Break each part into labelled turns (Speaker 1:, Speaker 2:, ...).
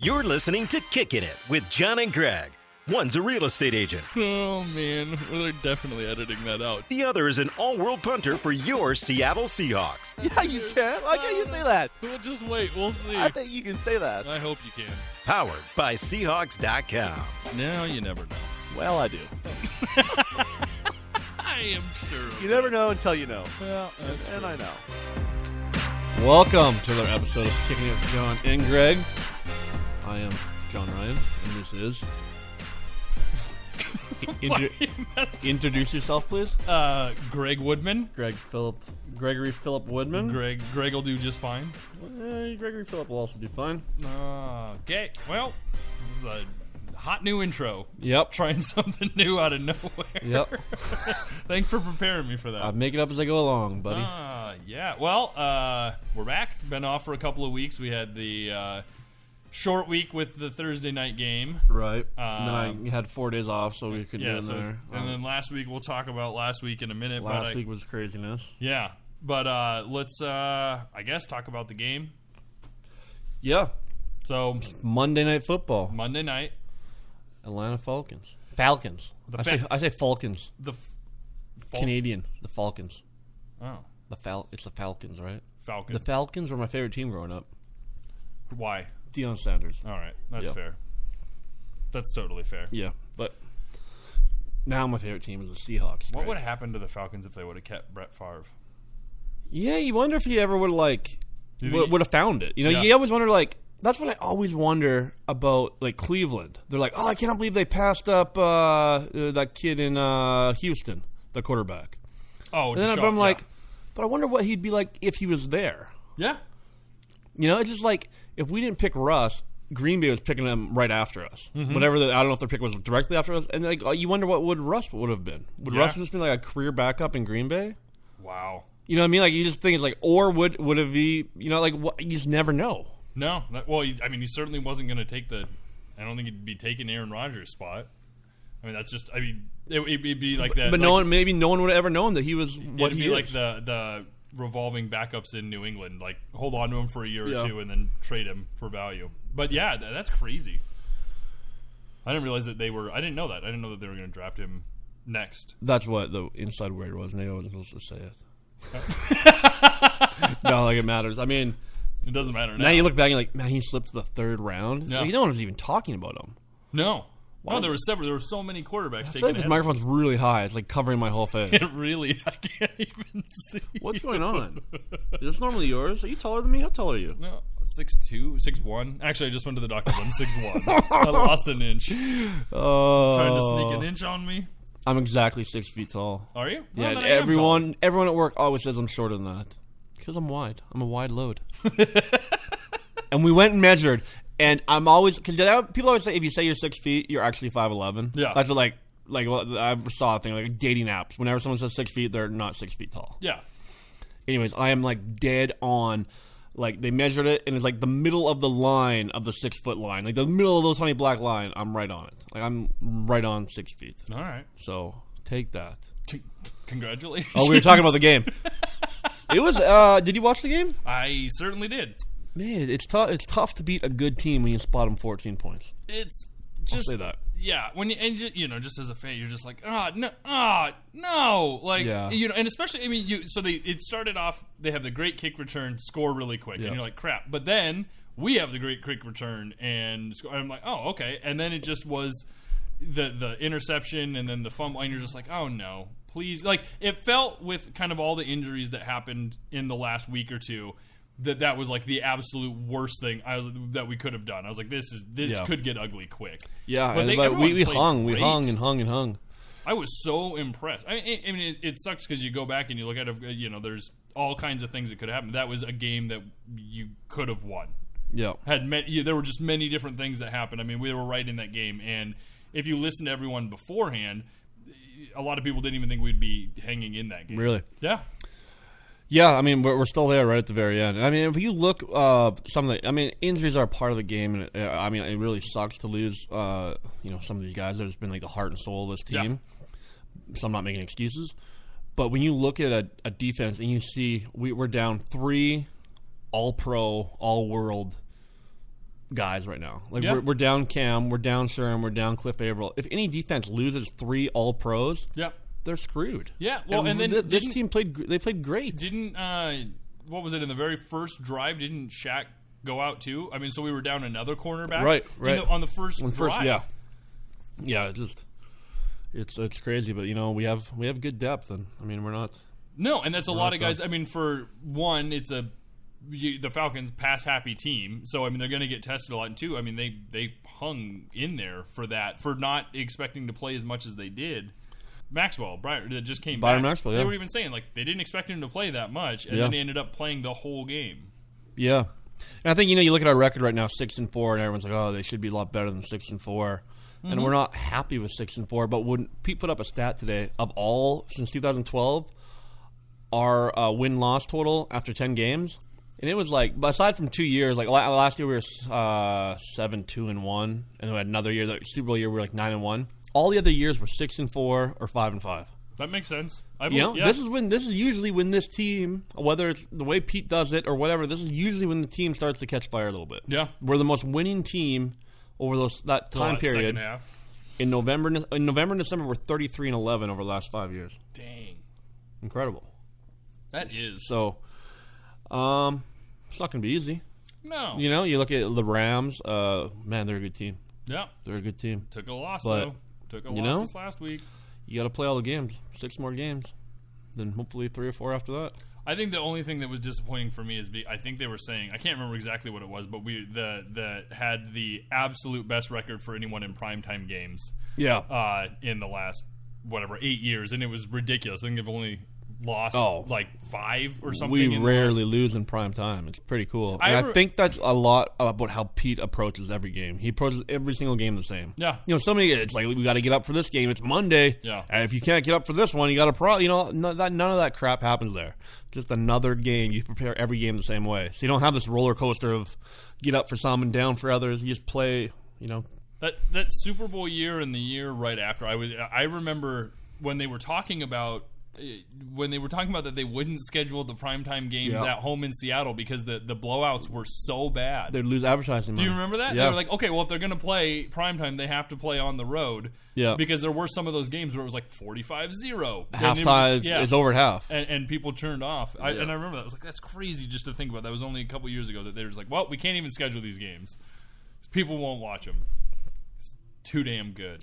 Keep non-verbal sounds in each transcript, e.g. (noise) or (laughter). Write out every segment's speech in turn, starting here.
Speaker 1: You're listening to Kickin' It with John and Greg. One's a real estate agent,
Speaker 2: Oh man, we're definitely editing that out.
Speaker 1: the other is an all world punter for your Seattle Seahawks.
Speaker 3: (laughs) Yeah, you can. Why can't you say that?
Speaker 2: We'll just wait. We'll see.
Speaker 3: I
Speaker 2: I,
Speaker 3: think you can say that.
Speaker 2: hope you can.
Speaker 1: Powered by Seahawks.com.
Speaker 2: Now you never know.
Speaker 3: Well, I do.
Speaker 2: I am sure. of
Speaker 3: You
Speaker 2: it.
Speaker 3: never know until you know.
Speaker 2: Well, that's
Speaker 3: And
Speaker 2: true.
Speaker 3: I know.
Speaker 4: Welcome to another episode of Kicking It with John and Greg. I am John Ryan, and this (laughs) is.
Speaker 2: (laughs) Why
Speaker 4: Inter-
Speaker 2: are you messing-
Speaker 4: introduce yourself, please.
Speaker 2: uh, Greg Woodman.
Speaker 4: Greg Philip, Gregory Philip Woodman.
Speaker 2: Greg. Greg will do just fine.
Speaker 4: Uh, Gregory Philip will also do fine.
Speaker 2: Uh, okay. Well, this is a hot new intro.
Speaker 4: Yep.
Speaker 2: Trying (laughs) something new out of nowhere.
Speaker 4: Yep.
Speaker 2: Thanks for preparing me for that.
Speaker 4: (laughs) I make it up as I go along, buddy.
Speaker 2: Ah, yeah. Well, uh, we're back. Been off for a couple of weeks. We had the uh, short week with the Thursday night game.
Speaker 4: right. and
Speaker 2: um,
Speaker 4: then I had four days off, so we could
Speaker 2: Yeah.
Speaker 4: do
Speaker 2: So,
Speaker 4: another.
Speaker 2: and
Speaker 4: um,
Speaker 2: then last week we'll talk about last week in a minute.
Speaker 4: last
Speaker 2: but I-
Speaker 4: week was craziness.
Speaker 2: yeah. But uh, let's, uh, I guess, talk about the game.
Speaker 4: Yeah.
Speaker 2: So
Speaker 4: Monday Night Football.
Speaker 2: Monday night,
Speaker 4: Atlanta Falcons. Falcons. I, say,
Speaker 2: Fal-
Speaker 4: I say Falcons.
Speaker 2: the f- Fal-
Speaker 4: Canadian. The Falcons.
Speaker 2: oh,
Speaker 4: The Fal- it's the Falcons, right?
Speaker 2: Falcons.
Speaker 4: The Falcons were my favorite team growing up.
Speaker 2: Why?
Speaker 4: Deion Sanders.
Speaker 2: All right, that's
Speaker 4: Yeah.
Speaker 2: fair. That's totally fair.
Speaker 4: Yeah, but now my favorite team is the Seahawks.
Speaker 2: What
Speaker 4: right?
Speaker 2: would have happened to the Falcons if they would have kept Brett Favre?
Speaker 4: Yeah, you wonder if he ever would like
Speaker 2: you
Speaker 4: would
Speaker 2: think-
Speaker 4: would have found it. You know,
Speaker 2: Yeah.
Speaker 4: you always wonder like that's what I always wonder about like Cleveland. They're like, oh, I cannot believe they passed up uh, uh, that kid in uh, Houston, the quarterback.
Speaker 2: Oh,
Speaker 4: And then
Speaker 2: Deshaun-
Speaker 4: but I'm
Speaker 2: yeah.
Speaker 4: like, but I wonder what he'd be like if he was there.
Speaker 2: yeah,
Speaker 4: You know, it's just like if we didn't pick Russ, Green Bay was picking him right after us.
Speaker 2: Mm-hmm.
Speaker 4: Whatever the I don't know if their pick was directly after us, and like you wonder what would Russ would have been. Would
Speaker 2: Yeah.
Speaker 4: Russ just been like a career backup in Green Bay?
Speaker 2: wow.
Speaker 4: You know what I mean? Like you just think it's like, or would would it be? You know, like what, you just never know.
Speaker 2: No, that, well, he- I mean, he certainly wasn't going to take the. I don't think he'd be taking Aaron Rodgers' spot. I mean, that's just. I mean, it, would be like that.
Speaker 4: But no one, maybe no one would have ever known that he was what
Speaker 2: it'd
Speaker 4: he
Speaker 2: be like
Speaker 4: is.
Speaker 2: the the revolving backups in New England. Like hold on to him for a year
Speaker 4: Yeah.
Speaker 2: or two and then trade him for value. But yeah, tha- that's crazy. I didn't realize that they were. I didn't know that. I didn't know that they were going to draft him next.
Speaker 4: That's what the inside word was. Maybe I wasn't supposed to say
Speaker 2: (laughs)
Speaker 4: it. no, like it matters. I mean,
Speaker 2: It doesn't matter now.
Speaker 4: now you look back and you're like, man, he slipped to the third round.
Speaker 2: Yeah.
Speaker 4: Like, no one was even talking about him.
Speaker 2: no. No, there were several. There were so many quarterbacks
Speaker 4: I
Speaker 2: taking
Speaker 4: feel like this
Speaker 2: ahead.
Speaker 4: microphone's really high. It's like covering my whole face.
Speaker 2: It (laughs) really, I can't even see.
Speaker 4: (laughs) What's going on? Is this normally yours? Are you taller than me? How tall are you?
Speaker 2: No, six two, six one. Actually, I just went to the doctor. I'm six one. I lost an inch.
Speaker 4: Oh,
Speaker 2: Trying to sneak an inch on me.
Speaker 4: I'm exactly six feet tall.
Speaker 2: Are you?
Speaker 4: Yeah,
Speaker 2: Well,
Speaker 4: and
Speaker 2: then I am
Speaker 4: everyone, everyone at work always says I'm shorter than that because I'm wide. I'm a
Speaker 2: (laughs)
Speaker 4: wide load. and we went and measured, and I'm always because people always say if you say you're six feet, you're actually five eleven.
Speaker 2: Yeah.
Speaker 4: that's what like like well, I saw a thing like dating apps. Whenever someone says six feet, they're not six feet tall.
Speaker 2: tall. Yeah.
Speaker 4: anyways, I am like dead on. Like they measured it, and it's like the middle of the line of the six foot line, like the middle of those honey black line. I'm right on it. Like I'm right on six feet.
Speaker 2: All right.
Speaker 4: So take that.
Speaker 2: C- congratulations.
Speaker 4: Oh, we were talking
Speaker 2: (laughs)
Speaker 4: about the game. It was. uh Did you watch the game?
Speaker 2: I certainly did.
Speaker 4: Man, it's tough. It's tough to beat a good team when you spot them 14 points.
Speaker 2: It's just
Speaker 4: say that.
Speaker 2: Yeah, when you and you, you know, just as a fan, you're just like, ah, no, ah, no, like
Speaker 4: Yeah.
Speaker 2: you know, and especially I mean, you. So they it started off. They have the great kick return, score really quick,
Speaker 4: Yeah.
Speaker 2: and you're like, crap. But then we have the great kick return and score. And I'm like, oh, okay. And then it just was the the interception and then the fumble, and you're just like, oh no, please. Like it felt with kind of all the injuries that happened in the last week or two. That that was like the absolute worst thing I was, that we could have done. I was like, this is this
Speaker 4: Yeah.
Speaker 2: could get ugly quick.
Speaker 4: Yeah,
Speaker 2: But
Speaker 4: and-
Speaker 2: they-
Speaker 4: but we, we
Speaker 2: everyone played
Speaker 4: hung, we
Speaker 2: great.
Speaker 4: hung and hung and hung.
Speaker 2: I was so impressed. I mean, I- I mean it, it sucks because you go back and you look at it. You know, there's all kinds of things that could happen. That was a game that you could have won.
Speaker 4: Yeah,
Speaker 2: Had met, yeah, there were just many different things that happened. I mean, we were right in that game, and if you listen to everyone beforehand, a lot of people didn't even think we'd be hanging in that game.
Speaker 4: really.
Speaker 2: Yeah.
Speaker 4: Yeah, I mean we're, we're still there right at the very end. And I mean if you look uh, some of the, I mean injuries are part of the game, and it, uh, I mean it really sucks to lose. Uh, you know some of these guys that has been like the heart and soul of this
Speaker 2: Yeah.
Speaker 4: team. So I'm not making excuses, but when you look at a, a defense and you see we, we're down three All Pro, All World guys right now. Like
Speaker 2: Yeah.
Speaker 4: we're, we're down Cam, we're down Sherm, we're down Cliff Averill. If any defense loses three All Pros,
Speaker 2: Yep.
Speaker 4: they're screwed.
Speaker 2: Yeah, well, and then
Speaker 4: th- this
Speaker 2: didn't-
Speaker 4: team played. gr- They played great.
Speaker 2: Didn't uh, what was it in the very first drive? Didn't Shaq go out too? I mean, so we were down another cornerback,
Speaker 4: Right,
Speaker 2: in
Speaker 4: right.
Speaker 2: the- on the first
Speaker 4: On the
Speaker 2: drive.
Speaker 4: first- yeah, yeah. It just it's it's crazy, but you know we have we have good depth, and I mean we're not.
Speaker 2: No, and that's a lot of
Speaker 4: done.
Speaker 2: guys. I mean, for one, it's a you, the Falcons pass happy team, so I mean they're going to get tested a lot. And two, I mean they they hung in there for that for not expecting to play as much as they did. Maxwell, Brian, that just came
Speaker 4: Byron
Speaker 2: back.
Speaker 4: Maxwell,
Speaker 2: They
Speaker 4: yeah.
Speaker 2: were even saying like they didn't expect him to play that much, and
Speaker 4: Yeah.
Speaker 2: then he ended up playing the whole game.
Speaker 4: Yeah, and I think you know you look at our record right now, six and four, and everyone's like, oh, they should be a lot better than six and 4 and we're not happy with six and four. But when Pete put up a stat today of all since 2012, our uh, win loss total after ten games, and it was like aside from two years, like la- last year we were uh, seven two and one, and then we had another year, the Super Bowl year, we were like nine and one. All the other years were six and four or five and five.
Speaker 2: That makes sense. I
Speaker 4: You
Speaker 2: believe,
Speaker 4: know,
Speaker 2: yeah.
Speaker 4: this is when this is usually when this team, whether it's the way Pete does it or whatever, this is usually when the team starts to catch fire a little bit.
Speaker 2: Yeah.
Speaker 4: we're the most winning team over those that time
Speaker 2: Uh, second
Speaker 4: period.
Speaker 2: half.
Speaker 4: In November, in November and December, we're thirty three and eleven over the last five years.
Speaker 2: Dang,
Speaker 4: Incredible.
Speaker 2: that is
Speaker 4: So, um, it's not going to be easy.
Speaker 2: no.
Speaker 4: You know, you look at the Rams. Uh, man, they're a good team.
Speaker 2: Yeah,
Speaker 4: They're a good team.
Speaker 2: took a loss
Speaker 4: But,
Speaker 2: though. Took a
Speaker 4: you
Speaker 2: loss
Speaker 4: know?
Speaker 2: this last week.
Speaker 4: You got to play all the games. Six more games, then hopefully three or four after that.
Speaker 2: I think the only thing that was disappointing for me is be, I think they were saying I can't remember exactly what it was, but we the the had the absolute best record for anyone in primetime games
Speaker 4: Yeah.
Speaker 2: uh, in the last whatever eight years, and it was ridiculous. I think they've only lost
Speaker 4: Oh.
Speaker 2: like five or something. in
Speaker 4: we
Speaker 2: the
Speaker 4: rarely
Speaker 2: last-
Speaker 4: lose in prime time. It's pretty cool.
Speaker 2: I
Speaker 4: And I,
Speaker 2: re-
Speaker 4: think that's a lot about how Pete approaches every game. He approaches every single game the same.
Speaker 2: Yeah.
Speaker 4: You know, so many it's like we got to get up for this game. It's Monday.
Speaker 2: Yeah.
Speaker 4: And if you can't get up for this one, you got to pro. You know, no, that, none of that crap happens there. Just another game. You prepare every game the same way, so you don't have this roller coaster of get up for some and down for others. You just play. You know.
Speaker 2: that that Super Bowl year and the year right after. I was I remember when they were talking about eh, when they were talking about that they wouldn't schedule the primetime games
Speaker 4: Yeah.
Speaker 2: at home in Seattle because the the blowouts were so bad.
Speaker 4: They lose advertising.
Speaker 2: Do you remember that?
Speaker 4: Yeah.
Speaker 2: They were like, okay, well, if they're going to play primetime, they have to play on the road.
Speaker 4: Yeah.
Speaker 2: Because there were some of those games where it was like 45 0.
Speaker 4: halftime is,
Speaker 2: "Oh, Yeah.
Speaker 4: is over at half.
Speaker 2: And, and people turned off. I,
Speaker 4: Yeah.
Speaker 2: And I remember that. I was like, that's crazy just to think about. That was only a couple years ago that they were just like, well, we can't even schedule these games. People won't watch them. It's too damn good.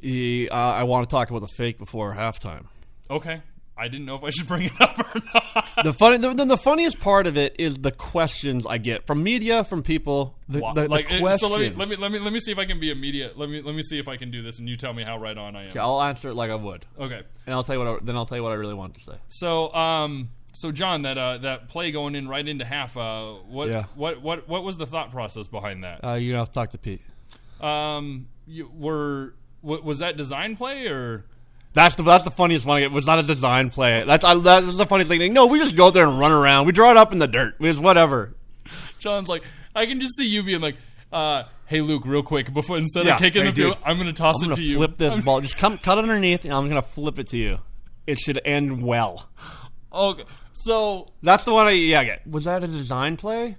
Speaker 4: He, uh, I want to talk about the fake before halftime.
Speaker 2: Okay. I didn't know if I should bring it (laughs) up or not.
Speaker 4: the funny, the, the funniest part of it is the questions I get from media, from people. The,
Speaker 2: Wha-
Speaker 4: the, the
Speaker 2: like, eh,
Speaker 4: questions.
Speaker 2: so let me, let me let me let me see if I can be immediate. Let me let me see if I can do this, and you tell me how right on I
Speaker 4: Okay,
Speaker 2: am.
Speaker 4: I'll answer it like I would,
Speaker 2: Okay.
Speaker 4: and I'll tell you what. I, then I'll tell you what I really want to say.
Speaker 2: So, um, so John, that uh, that play going in right into half. Uh, what,
Speaker 4: Yeah.
Speaker 2: what, what, what was the thought process behind that?
Speaker 4: Uh, you're gonna have to talk to Pete.
Speaker 2: Um, you, were wa- was that design play or?
Speaker 4: That's the that's the funniest one. It was not a design play. That's I, that's the funny thing. No, we just go there and run around. We draw it up in the dirt. It's whatever.
Speaker 2: John's like, I can just see you being like, uh, "Hey, Luke, real quick, before instead
Speaker 4: Yeah,
Speaker 2: of kicking
Speaker 4: hey,
Speaker 2: the field,
Speaker 4: dude.
Speaker 2: I'm going to toss
Speaker 4: I'm
Speaker 2: it to
Speaker 4: gonna
Speaker 2: you."
Speaker 4: flip this ball. Just come cut underneath, and I'm gonna flip it to you. It should end well.
Speaker 2: Okay, so
Speaker 4: That's the one I yeah I get. Was that a design play?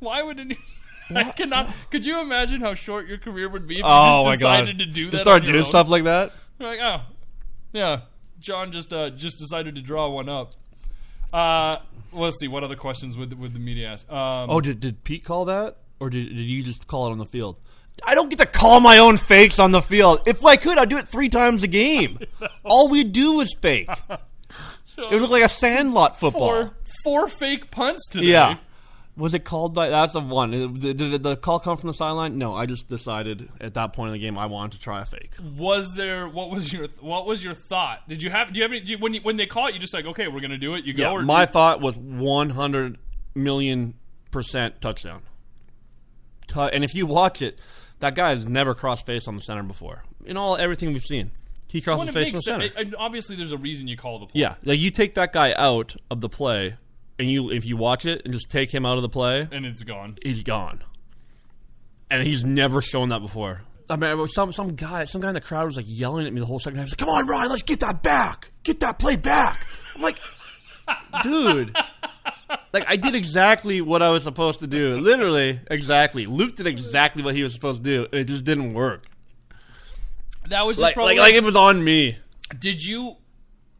Speaker 2: why would any? (laughs) I cannot. Could you imagine how short your career would be if you
Speaker 4: Oh my
Speaker 2: just
Speaker 4: god!
Speaker 2: decided to do that?
Speaker 4: Just start
Speaker 2: on your
Speaker 4: doing
Speaker 2: own?
Speaker 4: stuff like that.
Speaker 2: You're like, oh, yeah. John just uh, just decided to draw one up. Uh, let's see what other questions would would the media ask. Um,
Speaker 4: Oh, did, did Pete call that, or did, did you just call it on the field? I don't get to call my own fakes on the field. If I could, I'd do it three times a (laughs) game. All we do is fake. Oh, It would look like a sandlot football.
Speaker 2: four four fake punts today.
Speaker 4: Yeah. Was it called by? That's the one. Did, did the call come from the sideline? No, I just decided at that point in the game I wanted to try a fake.
Speaker 2: Was there what was your what was your thought? Did you have do you have any do you, when you, when they call it you just like okay we're gonna do it you go
Speaker 4: Yeah,
Speaker 2: or
Speaker 4: my thought was 100 million percent touchdown. Tu- and if you watch it, that guy has never crossed face on the center before. In all everything we've seen, he
Speaker 2: Well,
Speaker 4: crosses
Speaker 2: it
Speaker 4: face on the
Speaker 2: makes sense.
Speaker 4: center.
Speaker 2: It- and obviously there's a reason you call the play.
Speaker 4: yeah, like you take that guy out of the play, and you if you watch it and just take him out of the play,
Speaker 2: and it's gone.
Speaker 4: he's gone, and he's never shown that before. I mean, it was some some guy, some guy in the crowd was like yelling at me the whole second half. He's like, "Come on, Ryan, let's get that back, get that play back." I'm like, dude, like I did exactly what I was supposed to do. Literally, exactly. Luke did exactly what he was supposed to do, and it just didn't work.
Speaker 2: That was just
Speaker 4: Like,
Speaker 2: probably.
Speaker 4: like, like it was on me.
Speaker 2: did you?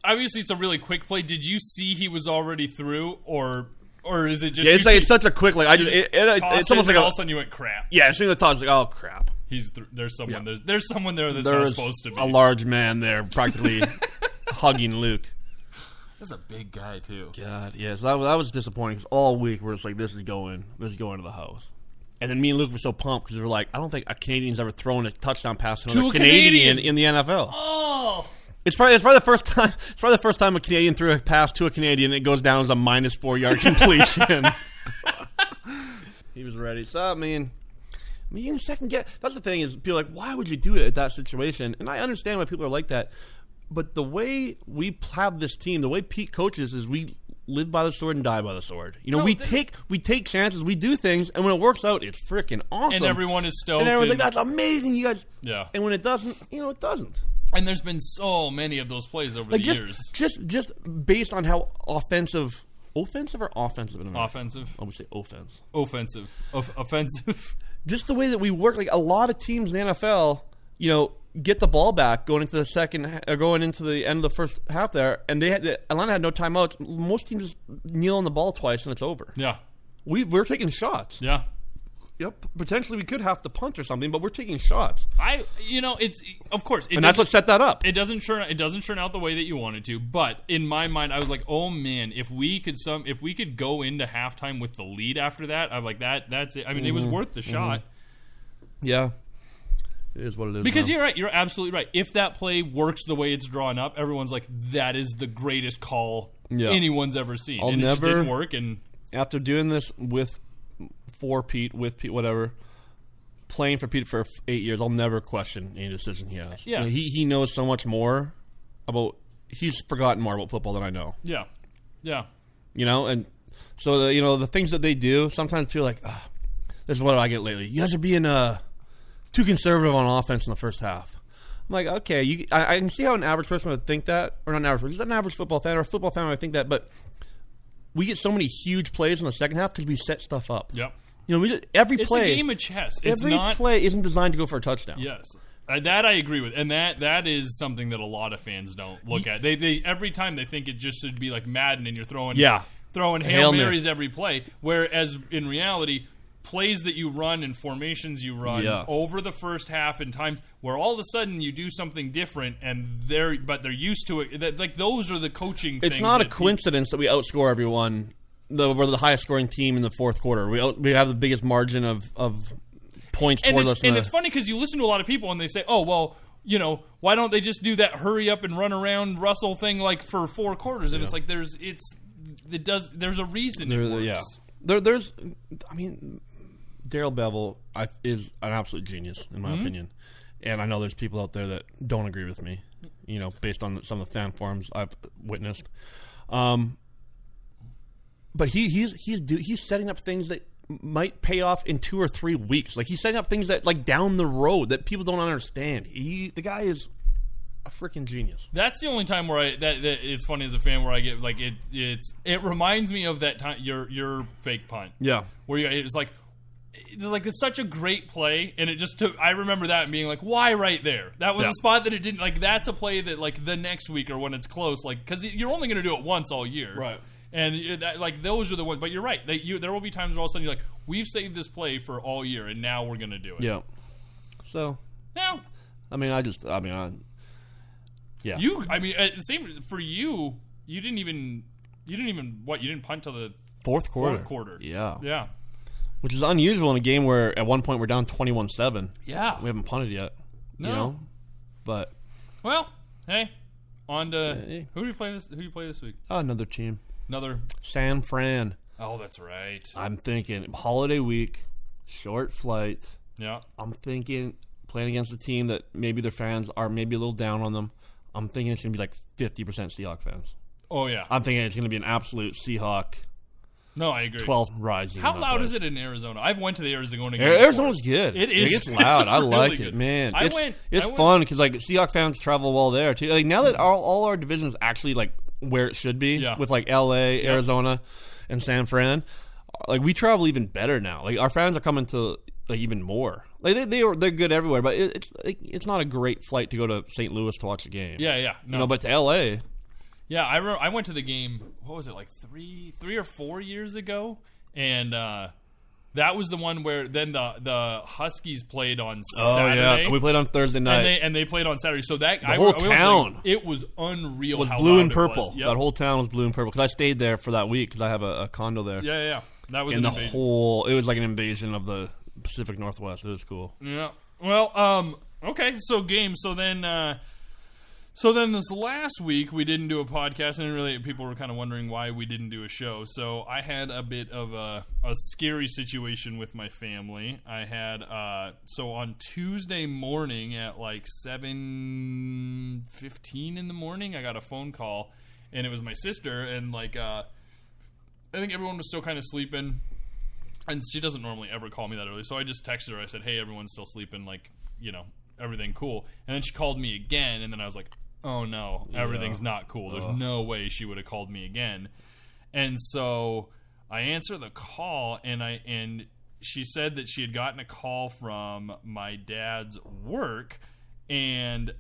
Speaker 2: Obviously, it's a really quick play. Did you see he was already through, or or is it just?
Speaker 4: Yeah, it's
Speaker 2: you
Speaker 4: like
Speaker 2: keep
Speaker 4: it's such a quick. Like I just, it, it,
Speaker 2: tossing
Speaker 4: it's almost like
Speaker 2: and all
Speaker 4: a
Speaker 2: of a sudden you went crap.
Speaker 4: yeah. As soon as I thought, it's like oh crap.
Speaker 2: He's th- there's someone there's there's someone there that's not
Speaker 4: There's
Speaker 2: supposed to be.
Speaker 4: a large man there,
Speaker 2: (laughs)
Speaker 4: practically hugging Luke.
Speaker 5: That's a big guy too.
Speaker 4: God, yes, that was, that was disappointing. 'cause all week we're just like, this is going, this is going to the house. And then me and Luke were so pumped because we were like, I don't think a Canadian's ever thrown a touchdown pass to another
Speaker 2: a Canadian.
Speaker 4: Canadian, in the NFL.
Speaker 2: oh,
Speaker 4: It's probably it's probably the first (laughs) time it's probably the first time a Canadian threw a pass to a Canadian. It goes down as a minus four (laughs) yard completion. he was ready. So I mean, I mean, you can second guess. That's the thing is, people are like, why would you do it at that situation? And I understand why people are like that. But the way we pl- have this team, the way Pete coaches is we live by the sword and die by the sword. You know, we take we take chances, we do things, and when it works out, it's freaking awesome.
Speaker 2: and everyone is stoked.
Speaker 4: and everyone's like,
Speaker 2: and-
Speaker 4: that's amazing, you guys.
Speaker 2: Yeah.
Speaker 4: And when it doesn't, you know, it doesn't.
Speaker 2: And there's been so many of those plays over
Speaker 4: Like
Speaker 2: the
Speaker 4: just,
Speaker 2: years.
Speaker 4: just, just based on how offensive, offensive or offensive? In America?
Speaker 2: Offensive,
Speaker 4: I would say offense.
Speaker 2: offensive, of- offensive. (laughs)
Speaker 4: Just the way that we work, like a lot of teams in the NFL, you know, get the ball back going into the second, ha- or going into the end of the first half there, and they had the, Atlanta had no timeouts. Most teams just kneel on the ball twice and it's over.
Speaker 2: yeah,
Speaker 4: We we're taking shots.
Speaker 2: yeah.
Speaker 4: Yep. Potentially we could have to punt or something, but we're taking shots,
Speaker 2: I you know it's of course it
Speaker 4: and that's
Speaker 2: doesn't-
Speaker 4: what set that up.
Speaker 2: it doesn't turn it doesn't turn out the way that you wanted to but in my mind i was like oh man if we could some if we could go into halftime with the lead after that i'm like that that's it i mean it was
Speaker 4: Mm-hmm.
Speaker 2: worth the shot
Speaker 4: yeah. It is what it is.
Speaker 2: because
Speaker 4: now.
Speaker 2: you're right you're absolutely right if that play works the way it's drawn up everyone's like that is the greatest call
Speaker 4: Yeah.
Speaker 2: anyone's ever seen
Speaker 4: I'll
Speaker 2: and it just
Speaker 4: never-
Speaker 2: didn't work and
Speaker 4: after doing this with for Pete, with Pete, whatever, playing for Pete for f- eight years, I'll never question any decision he has.
Speaker 2: Yeah.
Speaker 4: You know, he he knows so much more about. He's forgotten more about football than I know.
Speaker 2: yeah yeah
Speaker 4: You know, and so the, you know the things that they do. Sometimes feel like "Ugh, this is what I get lately. You guys are being uh, too conservative on offense in the first half. I'm like, okay, you, I, I can see how an average person would think that, or not an average person, an average football fan or a football fan would think that, but we get so many huge plays in the second half because we set stuff up.
Speaker 2: yep
Speaker 4: You know, we just, every
Speaker 2: it's
Speaker 4: play,
Speaker 2: a game of chess it's
Speaker 4: every
Speaker 2: not
Speaker 4: play isn't designed to go for a touchdown.
Speaker 2: Yes. Uh, that I agree with, and that that is something that a lot of fans don't look at. They they every time they think it just should be like Madden, and you're throwing
Speaker 4: Yeah.
Speaker 2: throwing hail,
Speaker 4: Hail Mary.
Speaker 2: marys every play. Whereas in reality, plays that you run and formations you run
Speaker 4: Yeah.
Speaker 2: over the first half and times where all of a sudden you do something different, and they're but they're used to it. That, like those are the coaching.
Speaker 4: It's
Speaker 2: things
Speaker 4: not a
Speaker 2: that
Speaker 4: coincidence that we outscore everyone. The, we're the highest scoring team in the fourth quarter. We out, we have the biggest margin of, of points
Speaker 2: and
Speaker 4: for
Speaker 2: it's,
Speaker 4: us.
Speaker 2: and it's funny because you listen to a lot of people and they say, "Oh, well, you know, why don't they just do that hurry up and run around Russell thing like for four quarters?" And it's like there's it's it does there's a reason it works.
Speaker 4: yeah. There, there's, I mean, Daryl Bevel I, is an absolute genius in my opinion, and I know there's people out there that don't agree with me. You know, based on some of the fan forums I've witnessed, um, but he he's he's do, he's setting up things that might pay off in two or three weeks. Like he's setting up things that like down the road that people don't understand. He the guy is a freaking genius.
Speaker 2: That's the only time where I that, that it's funny as a fan where I get like it it's it reminds me of that time your your fake punt
Speaker 4: Yeah.
Speaker 2: where you, it's like it's like it's such a great play and it just took I remember that and being like why right there that was
Speaker 4: Yeah.
Speaker 2: a spot that it didn't like that's a play that like the next week or when it's close like because you're only going to do it once all year
Speaker 4: Right.
Speaker 2: and you- that, like those are the ones but you're right they, you, there will be times where all of a sudden you're like we've saved this play for all year and now we're going to do it
Speaker 4: Yeah. So
Speaker 2: now
Speaker 4: I mean, I just I mean, I, yeah.
Speaker 2: you I mean uh, same for you you didn't even you didn't even what you didn't punt till the
Speaker 4: Fourth quarter.
Speaker 2: fourth quarter
Speaker 4: Yeah.
Speaker 2: yeah
Speaker 4: Which is unusual in a game where at one point we're down 21 7.
Speaker 2: yeah
Speaker 4: We haven't punted yet.
Speaker 2: No.
Speaker 4: You know? But
Speaker 2: well hey on to
Speaker 4: Hey.
Speaker 2: who do you play this who do you play this week
Speaker 4: ah, another team.
Speaker 2: another
Speaker 4: San Fran.
Speaker 2: Oh, that's right.
Speaker 4: I'm thinking holiday week, short flight.
Speaker 2: Yeah.
Speaker 4: I'm thinking playing against a team that maybe their fans are maybe a little down on them. I'm thinking it's going to be like 50% Seahawk fans.
Speaker 2: Oh yeah.
Speaker 4: I'm thinking it's going to be an absolute Seahawk
Speaker 2: No, I agree.
Speaker 4: 12 rising.
Speaker 2: How loud is it in Arizona? I've went to the Arizona game.
Speaker 4: Air-
Speaker 2: before.
Speaker 4: Arizona's good.
Speaker 2: It is.
Speaker 4: It
Speaker 2: (laughs)
Speaker 4: gets
Speaker 2: It's
Speaker 4: loud. I
Speaker 2: really
Speaker 4: like
Speaker 2: good.
Speaker 4: it, man.
Speaker 2: I
Speaker 4: it's
Speaker 2: went-
Speaker 4: it's
Speaker 2: I went- Mm-hmm.
Speaker 4: fun because like Seahawks fans travel well there too. Like now that all, all our divisions actually like where it should be
Speaker 2: Yeah.
Speaker 4: with like L.A., Arizona, and San Fran, like we travel even better now. Like our fans are coming to like even more. Like they they were they're good everywhere, but it, it's like, it's not a great flight to go to St. Louis to watch a game.
Speaker 2: Yeah, yeah,
Speaker 4: You know, but to L.A.
Speaker 2: Yeah, I remember I went to the game. What was it like three, three or four years ago? And uh, that was the one where then the the Huskies played on Saturday.
Speaker 4: Oh, we played on Thursday night.
Speaker 2: Oh, and they and they played on Saturday. So that the
Speaker 4: whole town
Speaker 2: it was unreal.
Speaker 4: was
Speaker 2: how
Speaker 4: blue
Speaker 2: loud
Speaker 4: and
Speaker 2: it was.
Speaker 4: purple.
Speaker 2: Yep.
Speaker 4: That whole town was blue and purple because I stayed there for that week because I have a, a condo there.
Speaker 2: yeah, yeah, yeah. That was
Speaker 4: and
Speaker 2: an
Speaker 4: the
Speaker 2: invasion.
Speaker 4: whole it was like an invasion of the Pacific Northwest. It was cool.
Speaker 2: Yeah. Well, um, okay. So game. So then, uh, so then this last week we didn't do a podcast, and really people were kind of wondering why we didn't do a show. So I had a bit of a, a scary situation with my family. I had uh, so on Tuesday morning at like seven fifteen in the morning, I got a phone call, and it was my sister, and like uh, I think everyone was still kind of sleeping and she doesn't normally ever call me that early. So I just texted her. I said, "Hey, everyone's still sleeping. Like, you know, everything cool." And then she called me again, and then I was like, "Oh no, everything's not cool. There's no way she would have called me again." And so I answer the call, and I and she said that she had gotten a call from my dad's work, and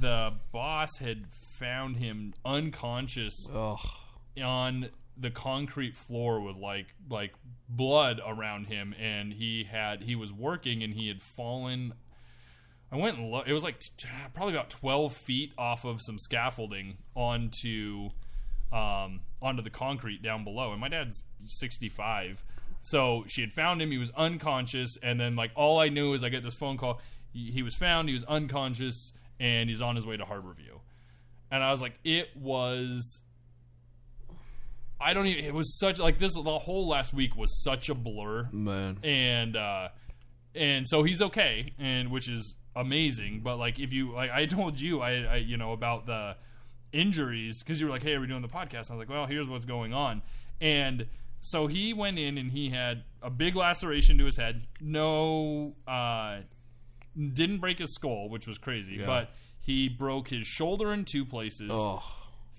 Speaker 2: the boss had found him unconscious
Speaker 4: Oh,
Speaker 2: on the concrete floor with like like blood around him and he had he was working and he had fallen I went and looked. It was like t- probably about twelve feet off of some scaffolding onto um, onto the concrete down below. And my dad's sixty five, so she had found him. He was unconscious, and then like all I knew is I get this phone call. He, he was found. He was unconscious, and he's on his way to Harborview. And I was like, it was. I don't even. It was such like this. The whole last week was such a blur
Speaker 4: man.
Speaker 2: and uh and so he's okay and which is amazing but like if you like i told you i, I you know about the injuries because you were like hey are we doing the podcast i was like well here's what's going on and so he went in and he had a big laceration to his head no uh didn't break his skull which was crazy but he broke his shoulder in two places
Speaker 4: Oh,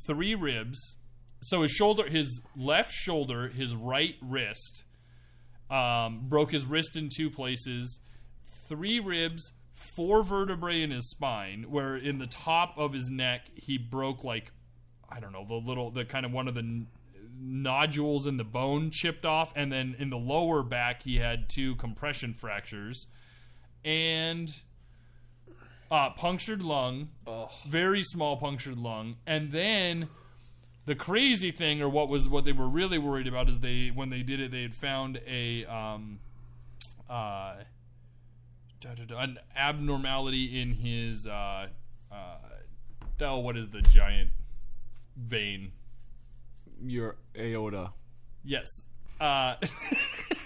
Speaker 2: three ribs. So his shoulder, his left shoulder, his right wrist, um, broke his wrist in two places, three ribs, four vertebrae in his spine. Where in the top of his neck, he broke like I don't know the little the kind of one of the n- nodules in the bone chipped off, and then in the lower back, he had two compression fractures, and uh, punctured lung, very small punctured lung, and then the crazy thing, or what was what they were really worried about, is they when they did it, they had found a um, uh, da, da, da, an abnormality in his uh, uh, oh, what is the giant vein?
Speaker 4: your aorta.
Speaker 2: Yes. Uh, (laughs)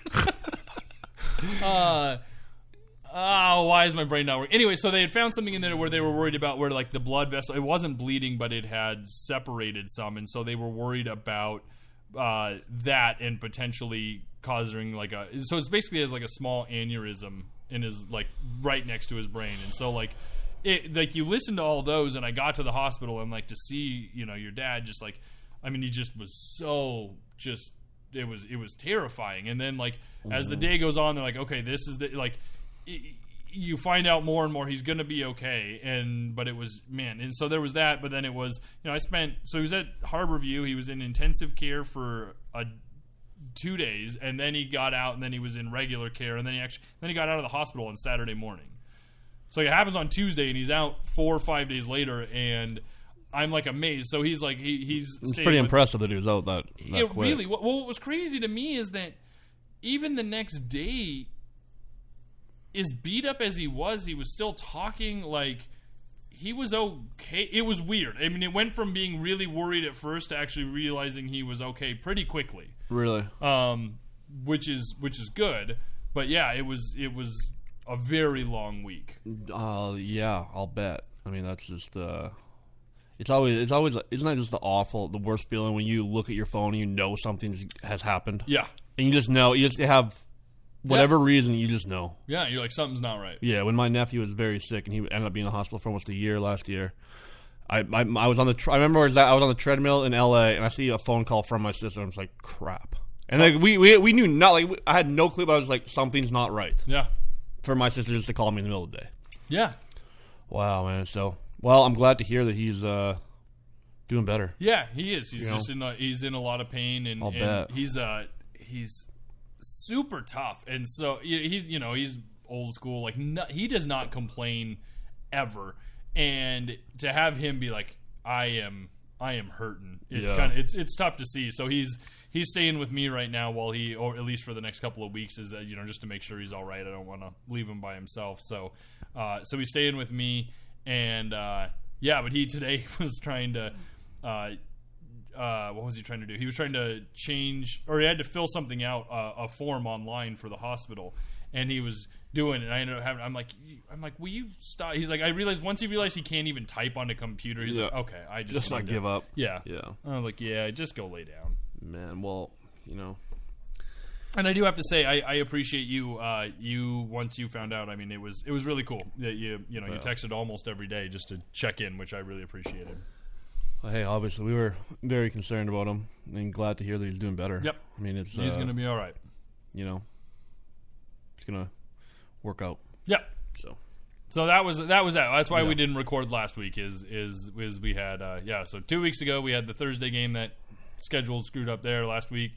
Speaker 2: uh, oh, why is my brain not working? Anyway, so they had found something in there where they were worried about where like the blood vessel. It wasn't bleeding, but it had separated some, and so they were worried about uh, that and potentially causing like a. So it's basically has like a small aneurysm in his like right next to his brain, and so like. It, like you listen to all those, and I got to the hospital, and like to see, you know, your dad just like I mean, he just was so just it was it was terrifying. And then like as the day goes on, they're like, okay, this is the like y- you find out more and more he's gonna be okay. And but it was man, and so there was that. But then it was you know I spent so he was at Harborview. He was in intensive care for a two days, and then he got out, and then he was in regular care, and then he actually then he got out of the hospital on Saturday morning. So it happens on Tuesday, and he's out four or five days later, and I'm like amazed. So he's like he, he's
Speaker 4: It's pretty impressive that he was out that, that
Speaker 2: it
Speaker 4: quick.
Speaker 2: really. Well, what was crazy to me is that even the next day, as beat up as he was, he was still talking like he was okay. It was weird. I mean, it went from being really worried at first to actually realizing he was okay pretty quickly
Speaker 4: really.
Speaker 2: um, which is which is good. But yeah, it was it was a very long week.
Speaker 4: Uh, yeah, I'll bet. I mean, that's just uh, it's always it's always isn't that just the awful, the worst feeling when you look at your phone and you know something has happened,
Speaker 2: Yeah,
Speaker 4: and you just know you just have whatever reason you just know.
Speaker 2: yeah. You're like something's not right.
Speaker 4: Yeah, when my nephew was very sick and he ended up being in the hospital for almost a year last year. I, I, I was on the tr- I remember I was, I was on the treadmill in L.A. and I see a phone call from my sister. and I was like, "Crap!" And like we, we we knew not like we- I had no clue. But I was like something's not right
Speaker 2: Yeah.
Speaker 4: for my sister just to call me in the middle of the day.
Speaker 2: Yeah.
Speaker 4: Wow, man. So well, I'm glad to hear that he's uh doing better.
Speaker 2: Yeah, he is. He's
Speaker 4: You
Speaker 2: just
Speaker 4: know?
Speaker 2: in a, he's in a lot of pain, and,
Speaker 4: I'll
Speaker 2: and
Speaker 4: bet.
Speaker 2: he's uh he's super tough, and so he- he's you know he's old school. Like no, he does not complain ever, and to have him be like, I am I am hurting. It's
Speaker 4: Yeah.
Speaker 2: kind of it's it's tough to see. So he's he's staying with me right now while he or at least for the next couple of weeks is uh, you know just to make sure he's all right. I don't want to leave him by himself. So uh, so he's staying with me and uh, yeah, but he today (laughs) was trying to uh, uh, what was he trying to do? He was trying to change, or he had to fill something out, uh, a form online for the hospital, and he was doing. it, And I ended up having. I'm like, "You- I'm like, will you stop? He's like, I realized once he realized he can't even type on a computer. He's like,
Speaker 4: Yeah.
Speaker 2: okay, I just,
Speaker 4: Just
Speaker 2: need
Speaker 4: not
Speaker 2: to-
Speaker 4: give up.
Speaker 2: Yeah,
Speaker 4: Yeah,
Speaker 2: I was like, yeah, just go lay down.
Speaker 4: man. Well, you know.
Speaker 2: And I do have to say, I, I appreciate you. Uh, you once you found out, I mean, it was it was really cool that you you know you texted almost every day just to check in, which I really appreciated.
Speaker 4: Hey, obviously we were very concerned about him, and glad to hear that he's doing better.
Speaker 2: Yep.
Speaker 4: I mean, it's
Speaker 2: He's
Speaker 4: uh,
Speaker 2: gonna be all right.
Speaker 4: you know, it's gonna work out.
Speaker 2: Yep.
Speaker 4: So
Speaker 2: So that was that was that. That's why we didn't record last week. Is is is we had uh, yeah. So two weeks ago we had the Thursday game that scheduled screwed up there last week.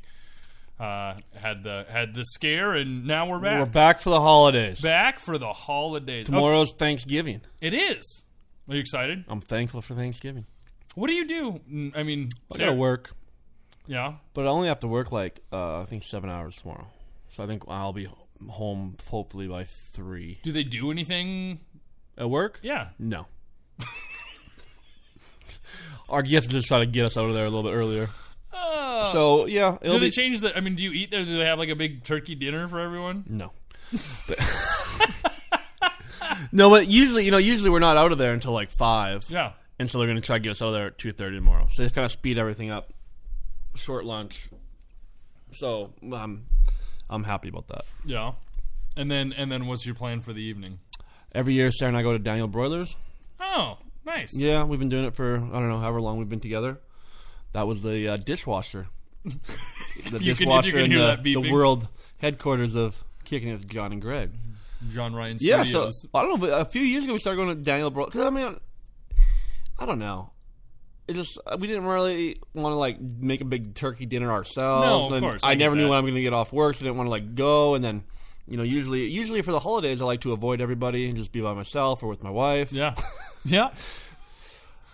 Speaker 2: Uh, had the had the scare and now we're back
Speaker 4: we're back for the holidays.
Speaker 2: back for the holidays. Oh,
Speaker 4: Tomorrow's Thanksgiving.
Speaker 2: it is. Are you excited?
Speaker 4: I'm thankful for Thanksgiving.
Speaker 2: What do you do? Mm, I mean,
Speaker 4: I
Speaker 2: Sarah-
Speaker 4: gotta work,
Speaker 2: Yeah.
Speaker 4: but I only have to work like uh, I think seven hours tomorrow. So I think I'll be home hopefully by three.
Speaker 2: Do they do anything?
Speaker 4: At work?
Speaker 2: Yeah.
Speaker 4: No. (laughs) Our guests just try to get us out of there a little bit earlier.
Speaker 2: Uh,
Speaker 4: So yeah, it'll
Speaker 2: do they
Speaker 4: be
Speaker 2: change the? I mean, do you eat there? Do they have like a big turkey dinner for everyone?
Speaker 4: no. (laughs) no, but usually, you know, usually we're not out of there until like five.
Speaker 2: Yeah.
Speaker 4: and so they're going to try to get us out of there at two thirty tomorrow. So they kind of speed everything up. Short lunch. So um, I'm happy about that.
Speaker 2: Yeah. And then and then what's your plan for the evening?
Speaker 4: Every year, Sarah and I go to Daniel Broilers.
Speaker 2: Oh, nice.
Speaker 4: Yeah, we've been doing it for I don't know however long we've been together. That was the uh,
Speaker 2: (laughs)
Speaker 4: dishwasher. the
Speaker 2: you can
Speaker 4: dishwasher in
Speaker 2: hear
Speaker 4: the,
Speaker 2: that beeping.
Speaker 4: the world headquarters of kicking with John and Greg.
Speaker 2: John Ryan
Speaker 4: Yeah,
Speaker 2: Studios.
Speaker 4: so I don't know, but a few years ago we started going to Daniel Bro. Because I mean, I don't know. It just we didn't really want to like make a big turkey dinner
Speaker 2: No,
Speaker 4: ourselves.
Speaker 2: of
Speaker 4: and
Speaker 2: course, I
Speaker 4: I,
Speaker 2: get
Speaker 4: never
Speaker 2: that.
Speaker 4: knew when I'm going to get off work, so I didn't want to like go. And then, you know, usually usually for the holidays I like to avoid everybody and just be by myself or with my wife. (laughs)
Speaker 2: yeah, yeah.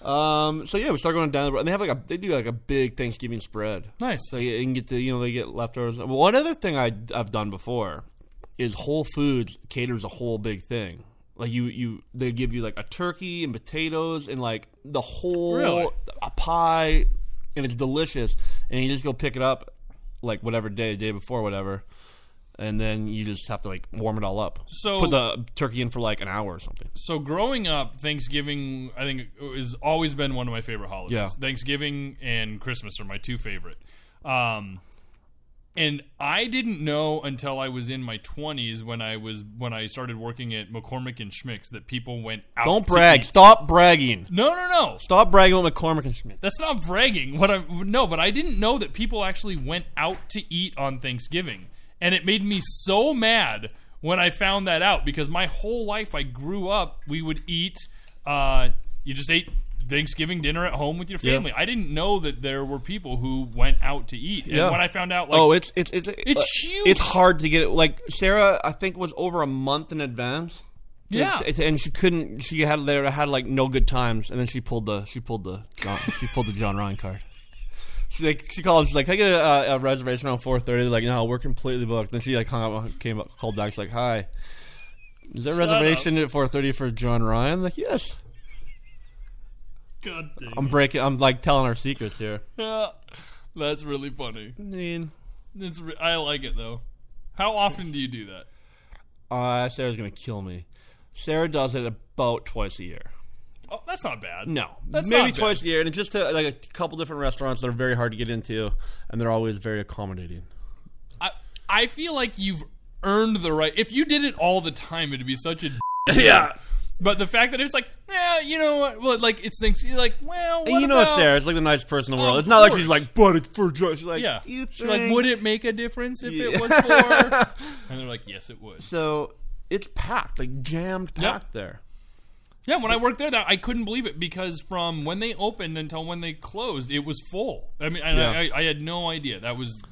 Speaker 4: Um. So yeah, we started going to Daniel Bro, and they have like a they do like a big Thanksgiving spread.
Speaker 2: Nice.
Speaker 4: So you can get the you know they get leftovers. One other thing I I've done before is Whole Foods caters a whole big thing. Like you you they give you like a turkey and potatoes and like the whole
Speaker 2: Really?
Speaker 4: a pie and it's delicious and you just go pick it up like whatever day day before whatever and then you just have to like warm it all up.
Speaker 2: So-
Speaker 4: put the turkey in for like an hour or something.
Speaker 2: So growing up, Thanksgiving I think has always been one of my favorite holidays.
Speaker 4: Yeah.
Speaker 2: Thanksgiving and Christmas are my two favorite. Um, and I didn't know until I was in my twenties when I was when I started working at McCormick and Schmick's that people went out.
Speaker 4: Don't
Speaker 2: to
Speaker 4: brag.
Speaker 2: eat.
Speaker 4: Stop bragging.
Speaker 2: No, no, no.
Speaker 4: Stop bragging on McCormick and Schmidt.
Speaker 2: That's not bragging. What I no, but I didn't know that people actually went out to eat on Thanksgiving, and it made me so mad when I found that out because my whole life I grew up we would eat. Uh, you just ate Thanksgiving dinner at home with your
Speaker 4: Yeah.
Speaker 2: family. I didn't know that there were people who went out to eat,
Speaker 4: Yeah.
Speaker 2: and when I found out, like,
Speaker 4: oh, it's it's it's
Speaker 2: It's
Speaker 4: uh,
Speaker 2: huge.
Speaker 4: It's hard to get it. Like Sarah, I think was over a month in advance.
Speaker 2: yeah,
Speaker 4: It- it- and she couldn't. She had there had like no good times, and then she pulled the she pulled the John, (laughs) she pulled the John Ryan card. She like she called. She's like, "Can I get a, uh, a reservation around 4.30? Like, no, we're completely booked. Then she like hung up, came up, called back. She's like, "Hi, is there a reservation at four thirty for John Ryan?" like, yes.
Speaker 2: God dang
Speaker 4: I'm breaking. I'm like telling our secrets here.
Speaker 2: it. (laughs) that's really funny.
Speaker 4: I mean,
Speaker 2: It's re- I like it though. How often do you do that?
Speaker 4: uh, Sarah's gonna kill me. Sarah does it about twice a year.
Speaker 2: Oh, that's not bad.
Speaker 4: No,
Speaker 2: That's
Speaker 4: maybe
Speaker 2: not bad.
Speaker 4: twice a year, and it's just to, like a couple different restaurants that are very hard to get into, and they're always very accommodating.
Speaker 2: I I feel like you've earned the right. If you did it all the time, it'd be such a. d-
Speaker 4: yeah,
Speaker 2: But the fact that it's like, yeah, you know what? Well, like it's things you're like, well,
Speaker 4: And
Speaker 2: what
Speaker 4: you know it's
Speaker 2: about- Oh,
Speaker 4: there. It's like the nicest person in the
Speaker 2: Of
Speaker 4: world. It's not like
Speaker 2: course.
Speaker 4: she's like, but it's for Josh. She's like,
Speaker 2: Yeah.
Speaker 4: do you
Speaker 2: She's like,
Speaker 4: think-
Speaker 2: would it make a difference if
Speaker 4: Yeah.
Speaker 2: it was
Speaker 4: (laughs)
Speaker 2: for? and they're like, yes, it would.
Speaker 4: So it's packed, like jammed packed there.
Speaker 2: Yeah, when I worked there, that I couldn't believe it because from when they opened until when they closed, it was full. I mean, and I, I, I had no idea that was.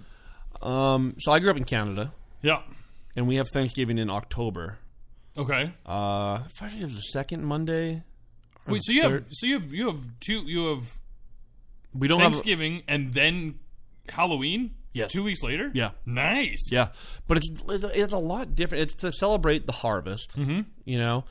Speaker 4: Um, so I grew up in Canada,
Speaker 2: Yeah.
Speaker 4: and we have Thanksgiving in October.
Speaker 2: Okay.
Speaker 4: Uh, I think it's the second Monday.
Speaker 2: Wait. So you have
Speaker 4: third-
Speaker 2: so you have you have two you have
Speaker 4: We don't have
Speaker 2: Thanksgiving and then Halloween.
Speaker 4: Yes.
Speaker 2: Two weeks later.
Speaker 4: Yeah.
Speaker 2: Nice.
Speaker 4: Yeah, but it's it's a lot different. It's to celebrate the harvest, mm-hmm. you know,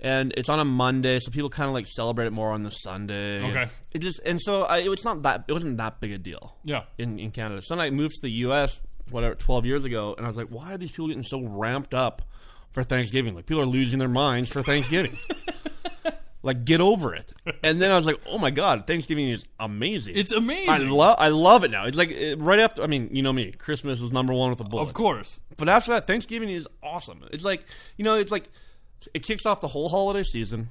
Speaker 4: and it's on a Monday, so people kind of like celebrate it more on the Sunday.
Speaker 2: Okay.
Speaker 4: it just and so I, it was not that it wasn't that big a deal
Speaker 2: Yeah.
Speaker 4: in in Canada. So then I moved to the U.S. whatever twelve years ago, and I was like, why are these people getting so ramped up for Thanksgiving? Like people are losing their minds for
Speaker 2: (laughs)
Speaker 4: Thanksgiving. Like get over it, and then I was like, "Oh my god, Thanksgiving is amazing!
Speaker 2: It's amazing.
Speaker 4: I love, I love it now. It's like uh, right after. I mean, you know me. Christmas was number one with a bullet.
Speaker 2: Of course.
Speaker 4: But after that, Thanksgiving is awesome. It's like you know, it's like it kicks off the whole holiday season.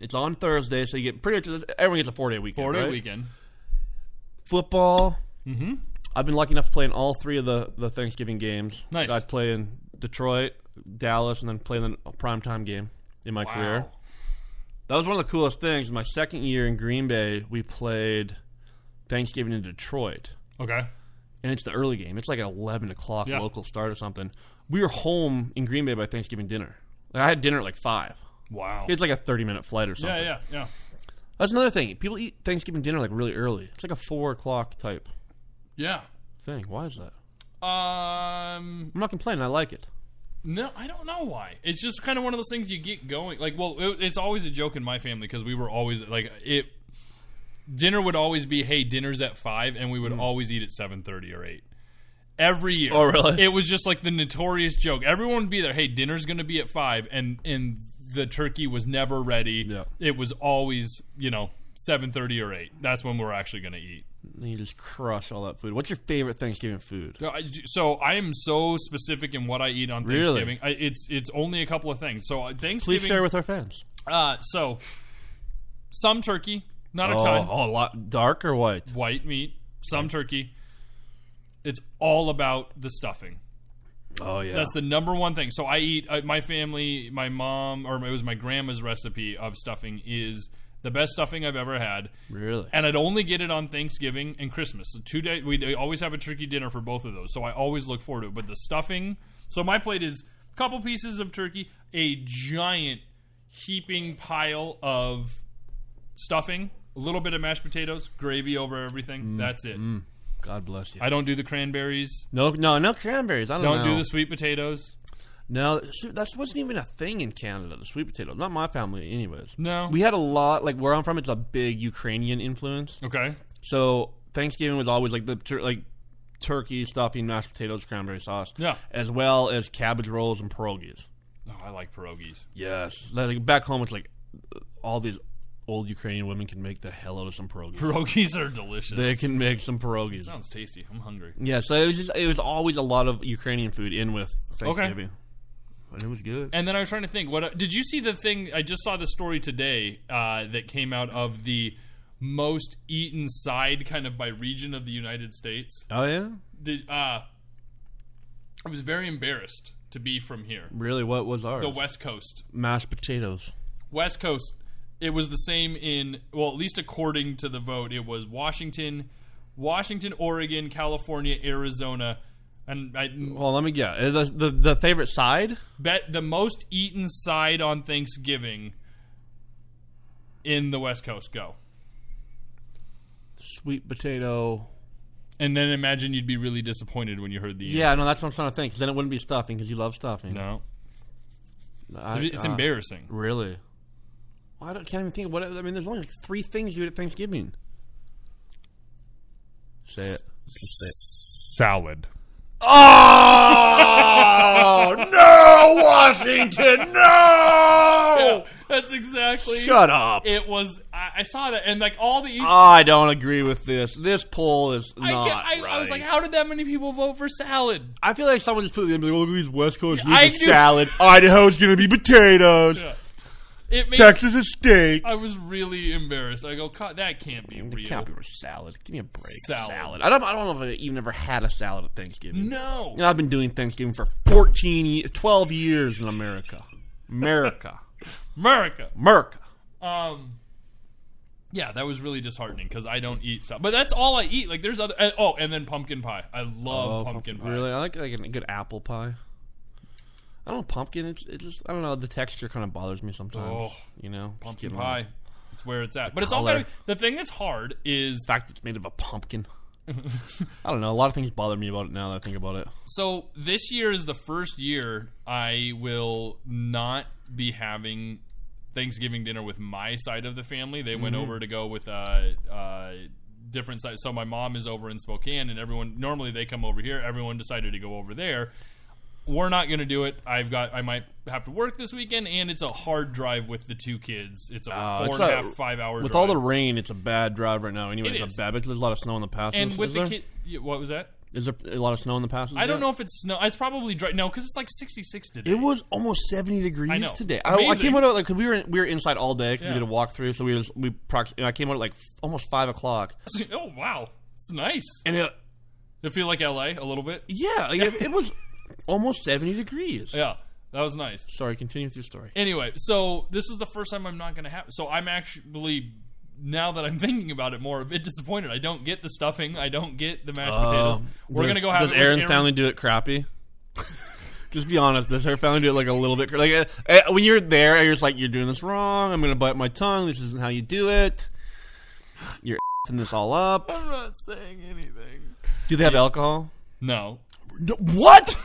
Speaker 4: It's on Thursday, so you get pretty much everyone gets a four day weekend.
Speaker 2: Four day
Speaker 4: right?
Speaker 2: weekend.
Speaker 4: Football. Mm-hmm. I've been lucky enough to play in all three of the the Thanksgiving games.
Speaker 2: Nice.
Speaker 4: I play in Detroit, Dallas, and then play in a primetime game in my career. That was one of the coolest things. My second year in Green Bay, we played Thanksgiving in Detroit
Speaker 2: Okay.
Speaker 4: and it's the early game. It's like an eleven o'clock
Speaker 2: Yeah.
Speaker 4: local start or something. We were home in Green Bay by Thanksgiving dinner. Like I had dinner at like five.
Speaker 2: Wow.
Speaker 4: It's like a thirty minute flight or
Speaker 2: yeah.
Speaker 4: something.
Speaker 2: Yeah. Yeah.
Speaker 4: That's another thing. People eat Thanksgiving dinner like really early. It's like a four o'clock type
Speaker 2: Yeah.
Speaker 4: thing. Why is that?
Speaker 2: Um.
Speaker 4: I'm not complaining. I like it.
Speaker 2: No, I don't know why. It's just kind of one of those things you get going. Like, well, it, it's always a joke in my family because we were always like it. Dinner would always be, hey, dinner's at five, and we would always eat at seven thirty or eight. Every year,
Speaker 4: Hmm. Oh, really?
Speaker 2: It was just like the notorious joke. Everyone would be there. Hey, dinner's going to be at five, and and the turkey was never ready.
Speaker 4: Yeah.
Speaker 2: It was always, you know, seven thirty or eight. That's when we're actually going to eat.
Speaker 4: And you just crush all that food. What's your favorite Thanksgiving food?
Speaker 2: No, I- So I am so specific in what I eat on
Speaker 4: Really?
Speaker 2: Thanksgiving. I, it's it's only a couple of things. So uh, Thanksgiving.
Speaker 4: Please share with our fans.
Speaker 2: Uh, so some turkey, not a
Speaker 4: oh,
Speaker 2: ton.
Speaker 4: oh, a lot dark or white?
Speaker 2: White meat, some turkey. It's all about the stuffing.
Speaker 4: Oh yeah.
Speaker 2: That's the number one thing. So I eat uh, my family, my mom, or it was my grandma's recipe of stuffing is the best stuffing I've ever had.
Speaker 4: really.
Speaker 2: And I'd only get it on Thanksgiving and Christmas. So two day we always have a turkey dinner for both of those. So I always look forward to it. But the stuffing, so my plate is a couple pieces of turkey, a giant heaping pile of stuffing, a little bit of mashed potatoes, gravy over everything.
Speaker 4: Mm,
Speaker 2: That's it.
Speaker 4: God bless you.
Speaker 2: I don't do the cranberries.
Speaker 4: no, no, no cranberries. I don't,
Speaker 2: Don't
Speaker 4: know.
Speaker 2: do the sweet potatoes.
Speaker 4: No, su- that wasn't even a thing in Canada. The sweet potato, not my family, anyways.
Speaker 2: No.
Speaker 4: we had a lot. Like where I'm from, it's a big Ukrainian influence.
Speaker 2: Okay.
Speaker 4: So Thanksgiving was always like the tur- like turkey stuffing, mashed potatoes, cranberry sauce.
Speaker 2: Yeah.
Speaker 4: as well as cabbage rolls and pierogies.
Speaker 2: Oh, I like pierogies. (laughs)
Speaker 4: Yes, like back home, it's like uh, all these old Ukrainian women can make the hell out of some pierogies.
Speaker 2: Pierogies are delicious.
Speaker 4: they can make some pierogies.
Speaker 2: Sounds tasty. I'm hungry.
Speaker 4: Yeah, so it was just, it was always a lot of Ukrainian food in with Thanksgiving. And it was good.
Speaker 2: And then I was trying to think. What did you see the thing? I just saw the story today uh, that came out of the most eaten side, kind of by region of the United States.
Speaker 4: Oh yeah,
Speaker 2: Did uh, I was very embarrassed to be from here,
Speaker 4: really? What was ours?
Speaker 2: the West Coast.
Speaker 4: mashed potatoes.
Speaker 2: West Coast. It was the same in well, at least according to the vote, it was Washington, Washington, Oregon, California, Arizona, and I,
Speaker 4: Well, let me get the, the the favorite side.
Speaker 2: bet the most eaten side on Thanksgiving in the West Coast. Go.
Speaker 4: Sweet potato.
Speaker 2: And then imagine you'd be really disappointed when you heard the
Speaker 4: Yeah, no, that's what I'm trying to think. 'cause then it wouldn't be stuffing because you love stuffing.
Speaker 2: No,
Speaker 4: I-
Speaker 2: it's
Speaker 4: uh,
Speaker 2: embarrassing.
Speaker 4: Really? I don't, can't even think. of What I mean, there's only like three things you eat at Thanksgiving. Say it.
Speaker 2: Salad.
Speaker 4: (laughs) Oh no, Washington! No,
Speaker 2: That's exactly.
Speaker 4: up.
Speaker 2: It was. I, I saw that, and like all the. East-
Speaker 4: I don't agree with this. This poll is
Speaker 2: I,
Speaker 4: not
Speaker 2: can't- I, I was like, how did that many people vote for salad?
Speaker 4: I feel like
Speaker 2: (laughs)
Speaker 4: "Oh, someone just put it in like, look at these West Coast
Speaker 2: I
Speaker 4: leaves
Speaker 2: do-
Speaker 4: salad. Idaho's gonna be potatoes.
Speaker 2: Yeah. It made,
Speaker 6: Texas is steak.
Speaker 2: I was really embarrassed. I go, "God, that can't be real.
Speaker 4: It can't be a salad. Give me a break.
Speaker 2: Salad.
Speaker 4: Salad. I don't. I don't know if I even ever had a salad at Thanksgiving.
Speaker 2: No.
Speaker 4: You know, I've been doing Thanksgiving for 14, ye- 12 years in America. America.
Speaker 2: America.
Speaker 4: America.
Speaker 2: Um, yeah, that was really disheartening because I don't eat salad, but that's all I eat. Like, there's other. and- oh, and then pumpkin pie. I love Oh, pumpkin pie.
Speaker 4: Really? I like, like a good apple pie. I don't know, pumpkin. It's it just I don't know. The texture kind of bothers me sometimes.
Speaker 2: Oh,
Speaker 4: you know, Just
Speaker 2: Pumpkin
Speaker 4: getting
Speaker 2: pie.
Speaker 4: The
Speaker 2: It's where it's at. but it's all
Speaker 4: color.
Speaker 2: gotta be, the thing that's hard is
Speaker 4: fact it's made of
Speaker 2: (laughs)
Speaker 4: a pumpkin. I don't know. A lot of things bother me about it now that I think about it.
Speaker 2: So this year is the first year I will not be having Thanksgiving dinner with my side of the family. They
Speaker 4: Mm-hmm.
Speaker 2: went over to go with uh, uh, different sides. So my mom is over in Spokane, and everyone normally they come over here. Everyone decided to go over there. We're not going to do it. I've got. I might have to work this weekend, and it's a hard drive with the two kids. It's a four
Speaker 4: Ah, it's
Speaker 2: and a
Speaker 4: a-
Speaker 2: half, five hour.
Speaker 4: With
Speaker 2: drive.
Speaker 4: all the rain, it's a bad drive right now. Anyway,
Speaker 2: It is.
Speaker 4: it's a bad because there's a lot of snow in the passes.
Speaker 2: and
Speaker 4: is
Speaker 2: with
Speaker 4: there?
Speaker 2: the kid, what was that?
Speaker 4: Is there a lot of snow in the passes?
Speaker 2: I don't
Speaker 4: yet?
Speaker 2: know if it's snow. It's probably dry. No, because it's like sixty six today.
Speaker 4: It was almost seventy degrees
Speaker 2: I know.
Speaker 4: today. I, I
Speaker 2: Amazing.
Speaker 4: came out at, like 'cause we were in, we were inside all day 'cause
Speaker 2: Yeah.
Speaker 4: we did a walkthrough. So we was, we prox- and I came out at like f- almost five o'clock,
Speaker 2: oh wow, it's nice.
Speaker 4: and it
Speaker 2: It feel like LA a little bit.
Speaker 4: yeah, like, it, it was almost seventy degrees.
Speaker 2: Yeah, that was nice.
Speaker 4: Sorry, continue with your story.
Speaker 2: Anyway, so this is the first time I'm not going to have. So I'm actually now that I'm thinking about it more, a bit disappointed. I don't get the stuffing. I don't get the mashed potatoes.
Speaker 4: Um,
Speaker 2: We're
Speaker 4: does-
Speaker 2: going to go have
Speaker 4: Does
Speaker 2: it with
Speaker 4: Aaron's
Speaker 2: Aaron-
Speaker 4: family do it crappy? (laughs) just be honest. Does her family do it like a little bit? cra- Like uh, uh, when you're there, you're just like you're doing this wrong. I'm gonna bite my tongue. This isn't how you do it. You're (laughs) f***ing this all up.
Speaker 2: I'm not saying anything.
Speaker 4: Do they have alcohol?
Speaker 2: No,
Speaker 4: No, what?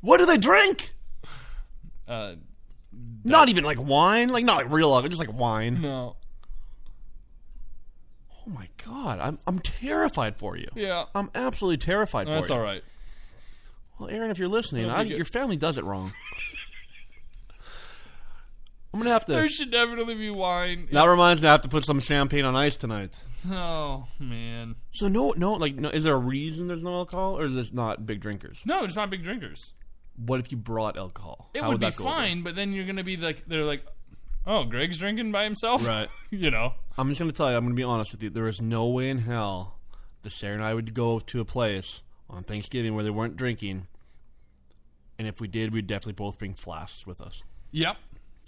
Speaker 4: what do they drink?
Speaker 2: uh,
Speaker 4: Not even like wine, like not like real alcohol, just like wine.
Speaker 2: no.
Speaker 4: Oh my god, I'm I'm terrified for you.
Speaker 2: Yeah,
Speaker 4: I'm absolutely terrified for
Speaker 2: that's
Speaker 4: you.
Speaker 2: all right.
Speaker 4: Well, Aaron, if you're listening,
Speaker 2: That'll
Speaker 4: I,
Speaker 2: be good.
Speaker 4: your family does
Speaker 2: (laughs)
Speaker 4: it wrong. I'm gonna have
Speaker 2: There
Speaker 4: to.
Speaker 2: should definitely be wine.
Speaker 4: That reminds me, I have to put some champagne on ice tonight.
Speaker 2: Oh man,
Speaker 4: So no, no, like, no, is there a reason there's no alcohol, or is this not big drinkers?
Speaker 2: no, it's not big drinkers.
Speaker 4: What if you brought alcohol?
Speaker 2: It
Speaker 4: How
Speaker 2: would, be
Speaker 4: that go over?
Speaker 2: fine, but then you're going to be like, they're like, oh, Greg's drinking by himself,
Speaker 4: Right.
Speaker 2: you know.
Speaker 4: I'm just gonna tell you. I'm gonna be honest with you. There is no way in hell that Sarah and I would go to a place on Thanksgiving where they weren't drinking. And if we did, we'd definitely both bring flasks with us.
Speaker 2: Yep,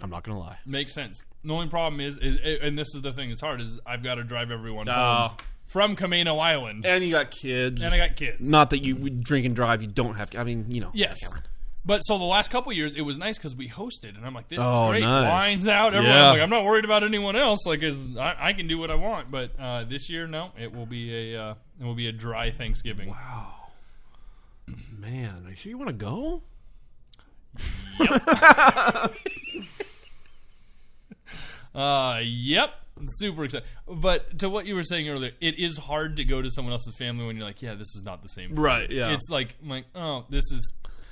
Speaker 4: I'm not gonna lie.
Speaker 2: makes sense. The only problem is, is and this is the thing that's hard is I've got to drive everyone
Speaker 4: Ah.
Speaker 2: home from Camino Island,
Speaker 4: Um, and you got kids.
Speaker 2: and I got kids.
Speaker 4: not that you would drink and drive. You don't have. I mean, you know.
Speaker 2: Yes.
Speaker 4: come on.
Speaker 2: But so the last couple years, it was nice because we hosted, and I'm like, "This
Speaker 4: Oh,
Speaker 2: is great."
Speaker 4: nice.
Speaker 2: Wines out, everyone.
Speaker 4: Yeah.
Speaker 2: Like, I'm not worried about anyone else. Like, is I, I can do what I want. But uh, this year, no, it will be a uh, it will be a dry Thanksgiving.
Speaker 4: Man, are you sure you want to go?
Speaker 2: Uh, yep. Super excited. But to what you were saying earlier, it is hard to go to someone else's family when you're like, yeah, this is not the same. food."
Speaker 4: Right, yeah.
Speaker 2: It's like, I'm like, oh, this is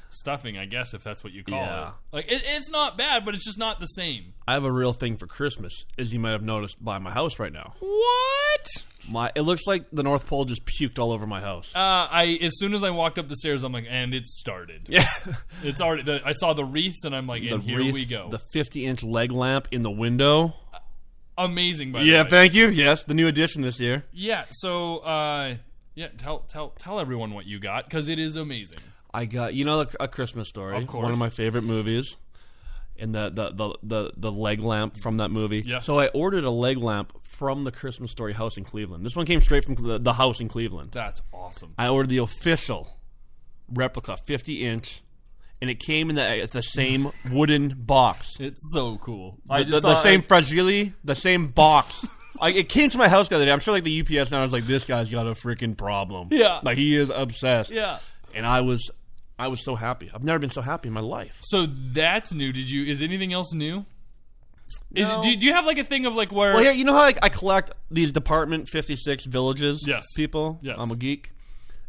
Speaker 2: stuffing, I guess, if that's what you call
Speaker 4: Yeah.
Speaker 2: it. Like, it, it's not bad, but it's just not the same.
Speaker 4: I have a real thing for Christmas, as you might have noticed by my house right now.
Speaker 2: What?
Speaker 4: My it looks like the North Pole just puked all over my house.
Speaker 2: Uh, I as soon as I walked up the stairs, I'm like, and it started.
Speaker 4: yeah,
Speaker 2: (laughs) It's already. The, I saw the wreaths, and I'm like, and here
Speaker 4: wreath,
Speaker 2: we go.
Speaker 4: The 50 inch leg lamp in the window.
Speaker 2: Amazing, by
Speaker 4: Yeah,
Speaker 2: the way.
Speaker 4: thank you. Yes, the new addition this year.
Speaker 2: Yeah. So, uh, yeah, tell tell tell everyone what you got because it is amazing.
Speaker 4: I got you know a Christmas Story,
Speaker 2: Of course.
Speaker 4: one of my favorite movies, and the the, the the the leg lamp from that movie.
Speaker 2: Yes.
Speaker 4: So I ordered a leg lamp from the Christmas Story house in Cleveland. This one came straight from the, the house in Cleveland.
Speaker 2: That's awesome.
Speaker 4: I ordered the official replica, fifty inch, and it came in the the same wooden box.
Speaker 2: It's so cool.
Speaker 4: The, the, the same fragile, the same box. (laughs) I, it came to my house the other day. I'm sure like the UPS now is like this guy's got a freaking problem.
Speaker 2: Yeah.
Speaker 4: like he is obsessed.
Speaker 2: yeah.
Speaker 4: and I was I was so happy. I've never been so happy in my life.
Speaker 2: So that's new. Did you? Is anything else new? Is
Speaker 4: No.
Speaker 2: do, do you have like a thing of like where?
Speaker 4: Well, here you know how I, I collect these Department Fifty Six villages.
Speaker 2: Yes.
Speaker 4: people.
Speaker 2: Yes.
Speaker 4: I'm a geek,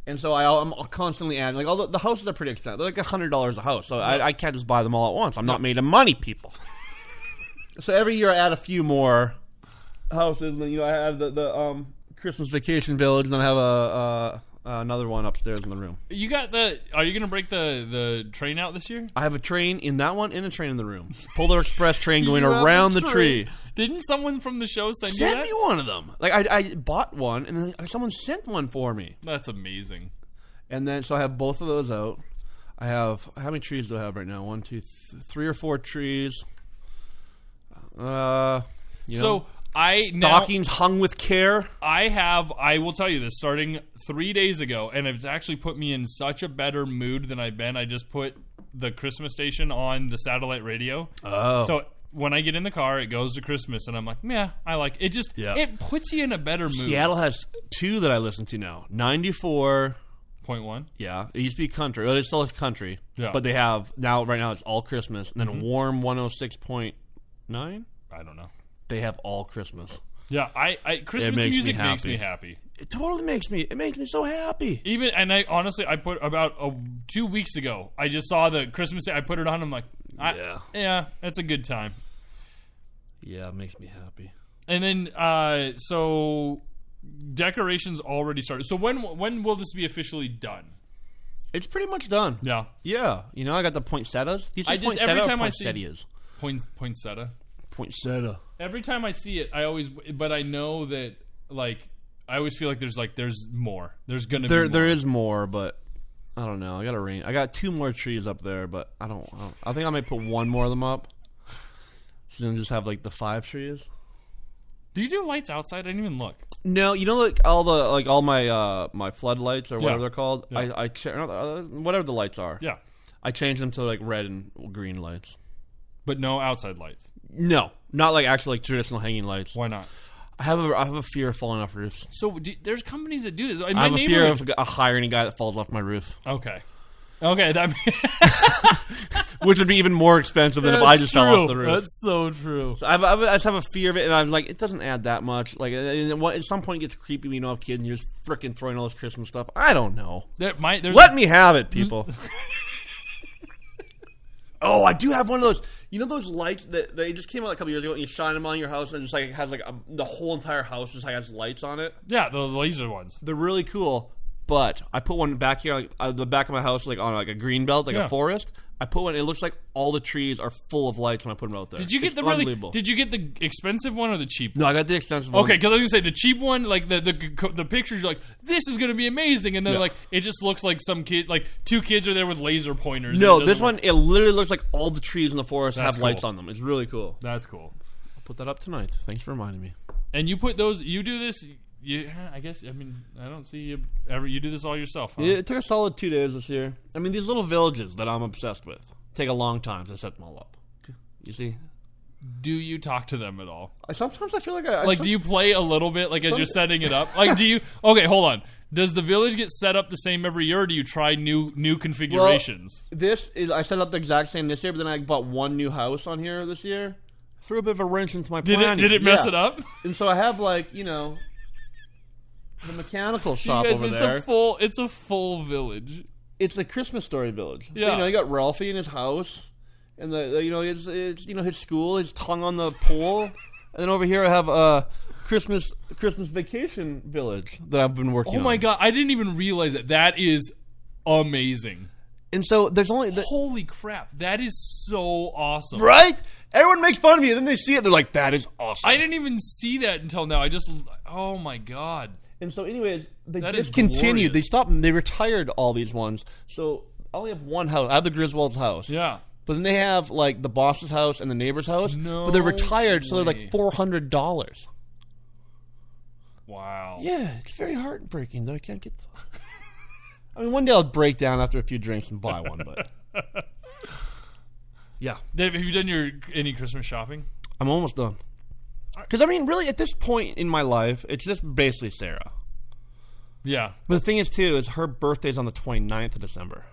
Speaker 4: and so I, I'm constantly adding. Like all the, the houses are pretty expensive. They're like hundred dollars a house, so I, I can't just buy them all at once. I'm not made of
Speaker 2: (laughs)
Speaker 4: money, people. so every year I add a few more houses. And, you know, I have the, the um Christmas Vacation Village, and then I have a. Uh, Uh, another one upstairs in the room.
Speaker 2: You got the. Are you gonna break the the train out this year?
Speaker 4: I have a train in that one and a train in the room. Polar Express train
Speaker 2: (laughs)
Speaker 4: going
Speaker 2: You have
Speaker 4: around
Speaker 2: a
Speaker 4: the tree.
Speaker 2: Didn't someone from the show send you
Speaker 4: Send
Speaker 2: that?
Speaker 4: me one of them. Like I, I bought one and then someone sent one for me.
Speaker 2: That's amazing.
Speaker 4: And then so I have both of those out. I have how many trees do I have right now? One, two, th- three or four trees. Uh, you
Speaker 2: So
Speaker 4: know,
Speaker 2: I now
Speaker 4: stockings hung with care.
Speaker 2: I have I will tell you this starting three days ago, and it's actually put me in such a better mood than I've been. I just put the Christmas station on the satellite radio.
Speaker 4: Oh,
Speaker 2: So when I get in the car, it goes to Christmas, and I'm like, yeah, I like it. Just
Speaker 4: Yeah.
Speaker 2: it puts you in a better mood.
Speaker 4: Seattle has two that I listen to now. Ninety-four.
Speaker 2: Point one.
Speaker 4: Yeah, it used to be country. Well, it's still country.
Speaker 2: Yeah.
Speaker 4: But they have now. Right now, it's all Christmas, and then warm one hundred six point nine.
Speaker 2: I don't know.
Speaker 4: They have all Christmas.
Speaker 2: Yeah, I, I Christmas
Speaker 4: makes me
Speaker 2: music makes
Speaker 4: happy.
Speaker 2: me happy.
Speaker 4: It totally makes me. It makes me so happy.
Speaker 2: Even and I honestly, I put about uh two weeks ago. I just saw the Christmas. I put it on. I'm like, I, yeah,
Speaker 4: Yeah.
Speaker 2: that's a good time.
Speaker 4: Yeah, it makes me happy.
Speaker 2: And then, uh, so decorations already started. So when when will this be officially done?
Speaker 4: It's pretty much done.
Speaker 2: Yeah,
Speaker 4: Yeah, you know I got the poinsettias. These
Speaker 2: I
Speaker 4: are
Speaker 2: just-
Speaker 4: poinsettia
Speaker 2: every
Speaker 4: or
Speaker 2: time I see-
Speaker 4: poinsettias.
Speaker 2: Point, poinsettia.
Speaker 4: Poinsettia.
Speaker 2: Every time I see it, I always. But I know that like I always feel like there's like there's more. There's gonna
Speaker 4: There,
Speaker 2: be
Speaker 4: there
Speaker 2: more.
Speaker 4: is more, but I don't know. I got a rain. I got two more trees up there, but I don't. I, don't, I think I might put one more of them up. So then just have like the five trees.
Speaker 2: Do you do lights outside? I didn't even look.
Speaker 4: No, you know, like all the like all my uh my floodlights or whatever
Speaker 2: Yeah.
Speaker 4: they're called.
Speaker 2: Yeah.
Speaker 4: I I cha- uh, whatever the lights are.
Speaker 2: Yeah,
Speaker 4: I change them to like red and green lights.
Speaker 2: but no outside lights.
Speaker 4: No, not like actually like traditional hanging lights.
Speaker 2: Why not?
Speaker 4: I have a I have a fear of falling off roofs.
Speaker 2: So do, there's companies that do this. In
Speaker 4: I
Speaker 2: my
Speaker 4: have a fear
Speaker 2: neighborhood-
Speaker 4: of a hiring a guy that falls off my roof,
Speaker 2: Okay. Okay, that (laughs)
Speaker 4: which would be even more expensive than if I
Speaker 2: That's
Speaker 4: just fell off the
Speaker 2: true.
Speaker 4: roof.
Speaker 2: That's so true.
Speaker 4: So I've, I've, I just have a fear of it, and I'm like, it doesn't add that much. Like, uh, and at one- at some point, it gets creepy when you don't have kids, and you're just freaking throwing all this Christmas stuff. I don't know.
Speaker 2: There might there's
Speaker 4: Let me have
Speaker 2: (laughs)
Speaker 4: it, people. oh, I do have one of those. You know those lights that they just came out a couple years ago, and you shine them on your house, and it just like has like a, the whole entire house just like, has lights on it.
Speaker 2: yeah the laser ones.
Speaker 4: They're really cool. But I put one back here, like uh, the back of my house, like on like a green belt, like
Speaker 2: Yeah.
Speaker 4: a forest. I put one. It looks like all the trees are full of lights when I put them out there.
Speaker 2: Did you get
Speaker 4: It's
Speaker 2: the really?
Speaker 4: unbelievable.
Speaker 2: Did you get the expensive one or the cheap? one?
Speaker 4: no, I got the expensive one.
Speaker 2: Okay, because I was gonna say the cheap one, like the the c- the pictures, you're like this is gonna be amazing, and then
Speaker 4: Yeah.
Speaker 2: like it just looks like some kid, like two kids are there with laser pointers. and
Speaker 4: No,
Speaker 2: it
Speaker 4: this
Speaker 2: doesn't look-
Speaker 4: one it literally looks like all the trees in the forest
Speaker 2: That's
Speaker 4: have lights
Speaker 2: cool.
Speaker 4: on them. It's really cool.
Speaker 2: That's cool.
Speaker 4: I'll put that up tonight. Thanks for reminding me.
Speaker 2: And you put those. You do this. You, I guess. I mean, I don't see you ever. You do this all yourself. Huh?
Speaker 4: It, it took a solid two days this year. I mean, these little villages that I'm obsessed with take a long time to set them all up. You see,
Speaker 2: Do you talk to them at all?
Speaker 4: I, sometimes I feel like I, I
Speaker 2: Like, do you play a little bit, like as you're setting it up? Like, do you? Okay, hold on. Does the village get set up the same every year, or do you try new new configurations?
Speaker 4: This is I set up the exact same this year, but then I bought one new house on here this year. Threw a bit of a wrench into my
Speaker 2: did it
Speaker 4: planning.
Speaker 2: did it mess
Speaker 4: Yeah.
Speaker 2: it up?
Speaker 4: And so I have like you know the mechanical shop
Speaker 2: Because
Speaker 4: over
Speaker 2: it's
Speaker 4: there.
Speaker 2: a full it's a full village.
Speaker 4: it's a Christmas story village. So,
Speaker 2: Yeah.
Speaker 4: you know, you got Ralphie in his house, and the, the- you know it's, it's you know his school, his tongue on the pole, and then over here I have a Christmas Christmas vacation village that I've been working.
Speaker 2: Oh my
Speaker 4: on.
Speaker 2: god, I didn't even realize that. That is amazing.
Speaker 4: And so there's only the,
Speaker 2: Holy crap, that is so awesome.
Speaker 4: right. Everyone makes fun of you, and then they see it, they're like, "That is awesome."
Speaker 2: I didn't even see that until now. I just oh my god.
Speaker 4: And so, anyways, they
Speaker 2: That is
Speaker 4: discontinued. They
Speaker 2: glorious.
Speaker 4: stopped. They retired all these ones. So I only have one house. I have the Griswold's house.
Speaker 2: Yeah.
Speaker 4: But then they have like the boss's house and the neighbor's house.
Speaker 2: No
Speaker 4: But they're retired, so they're
Speaker 2: way.
Speaker 4: like four hundred dollars.
Speaker 2: Wow.
Speaker 4: Yeah, it's very heartbreaking that I can't get. (laughs) I mean, one day I'll break down after a few drinks and buy one,
Speaker 2: (laughs)
Speaker 4: but yeah,
Speaker 2: Dave, have you done your any Christmas shopping?
Speaker 4: I'm almost done. Because I mean, really, at this point in my life, it's just basically Sarah.
Speaker 2: Yeah.
Speaker 4: But the thing is, too, is her birthday's on the 29th of December.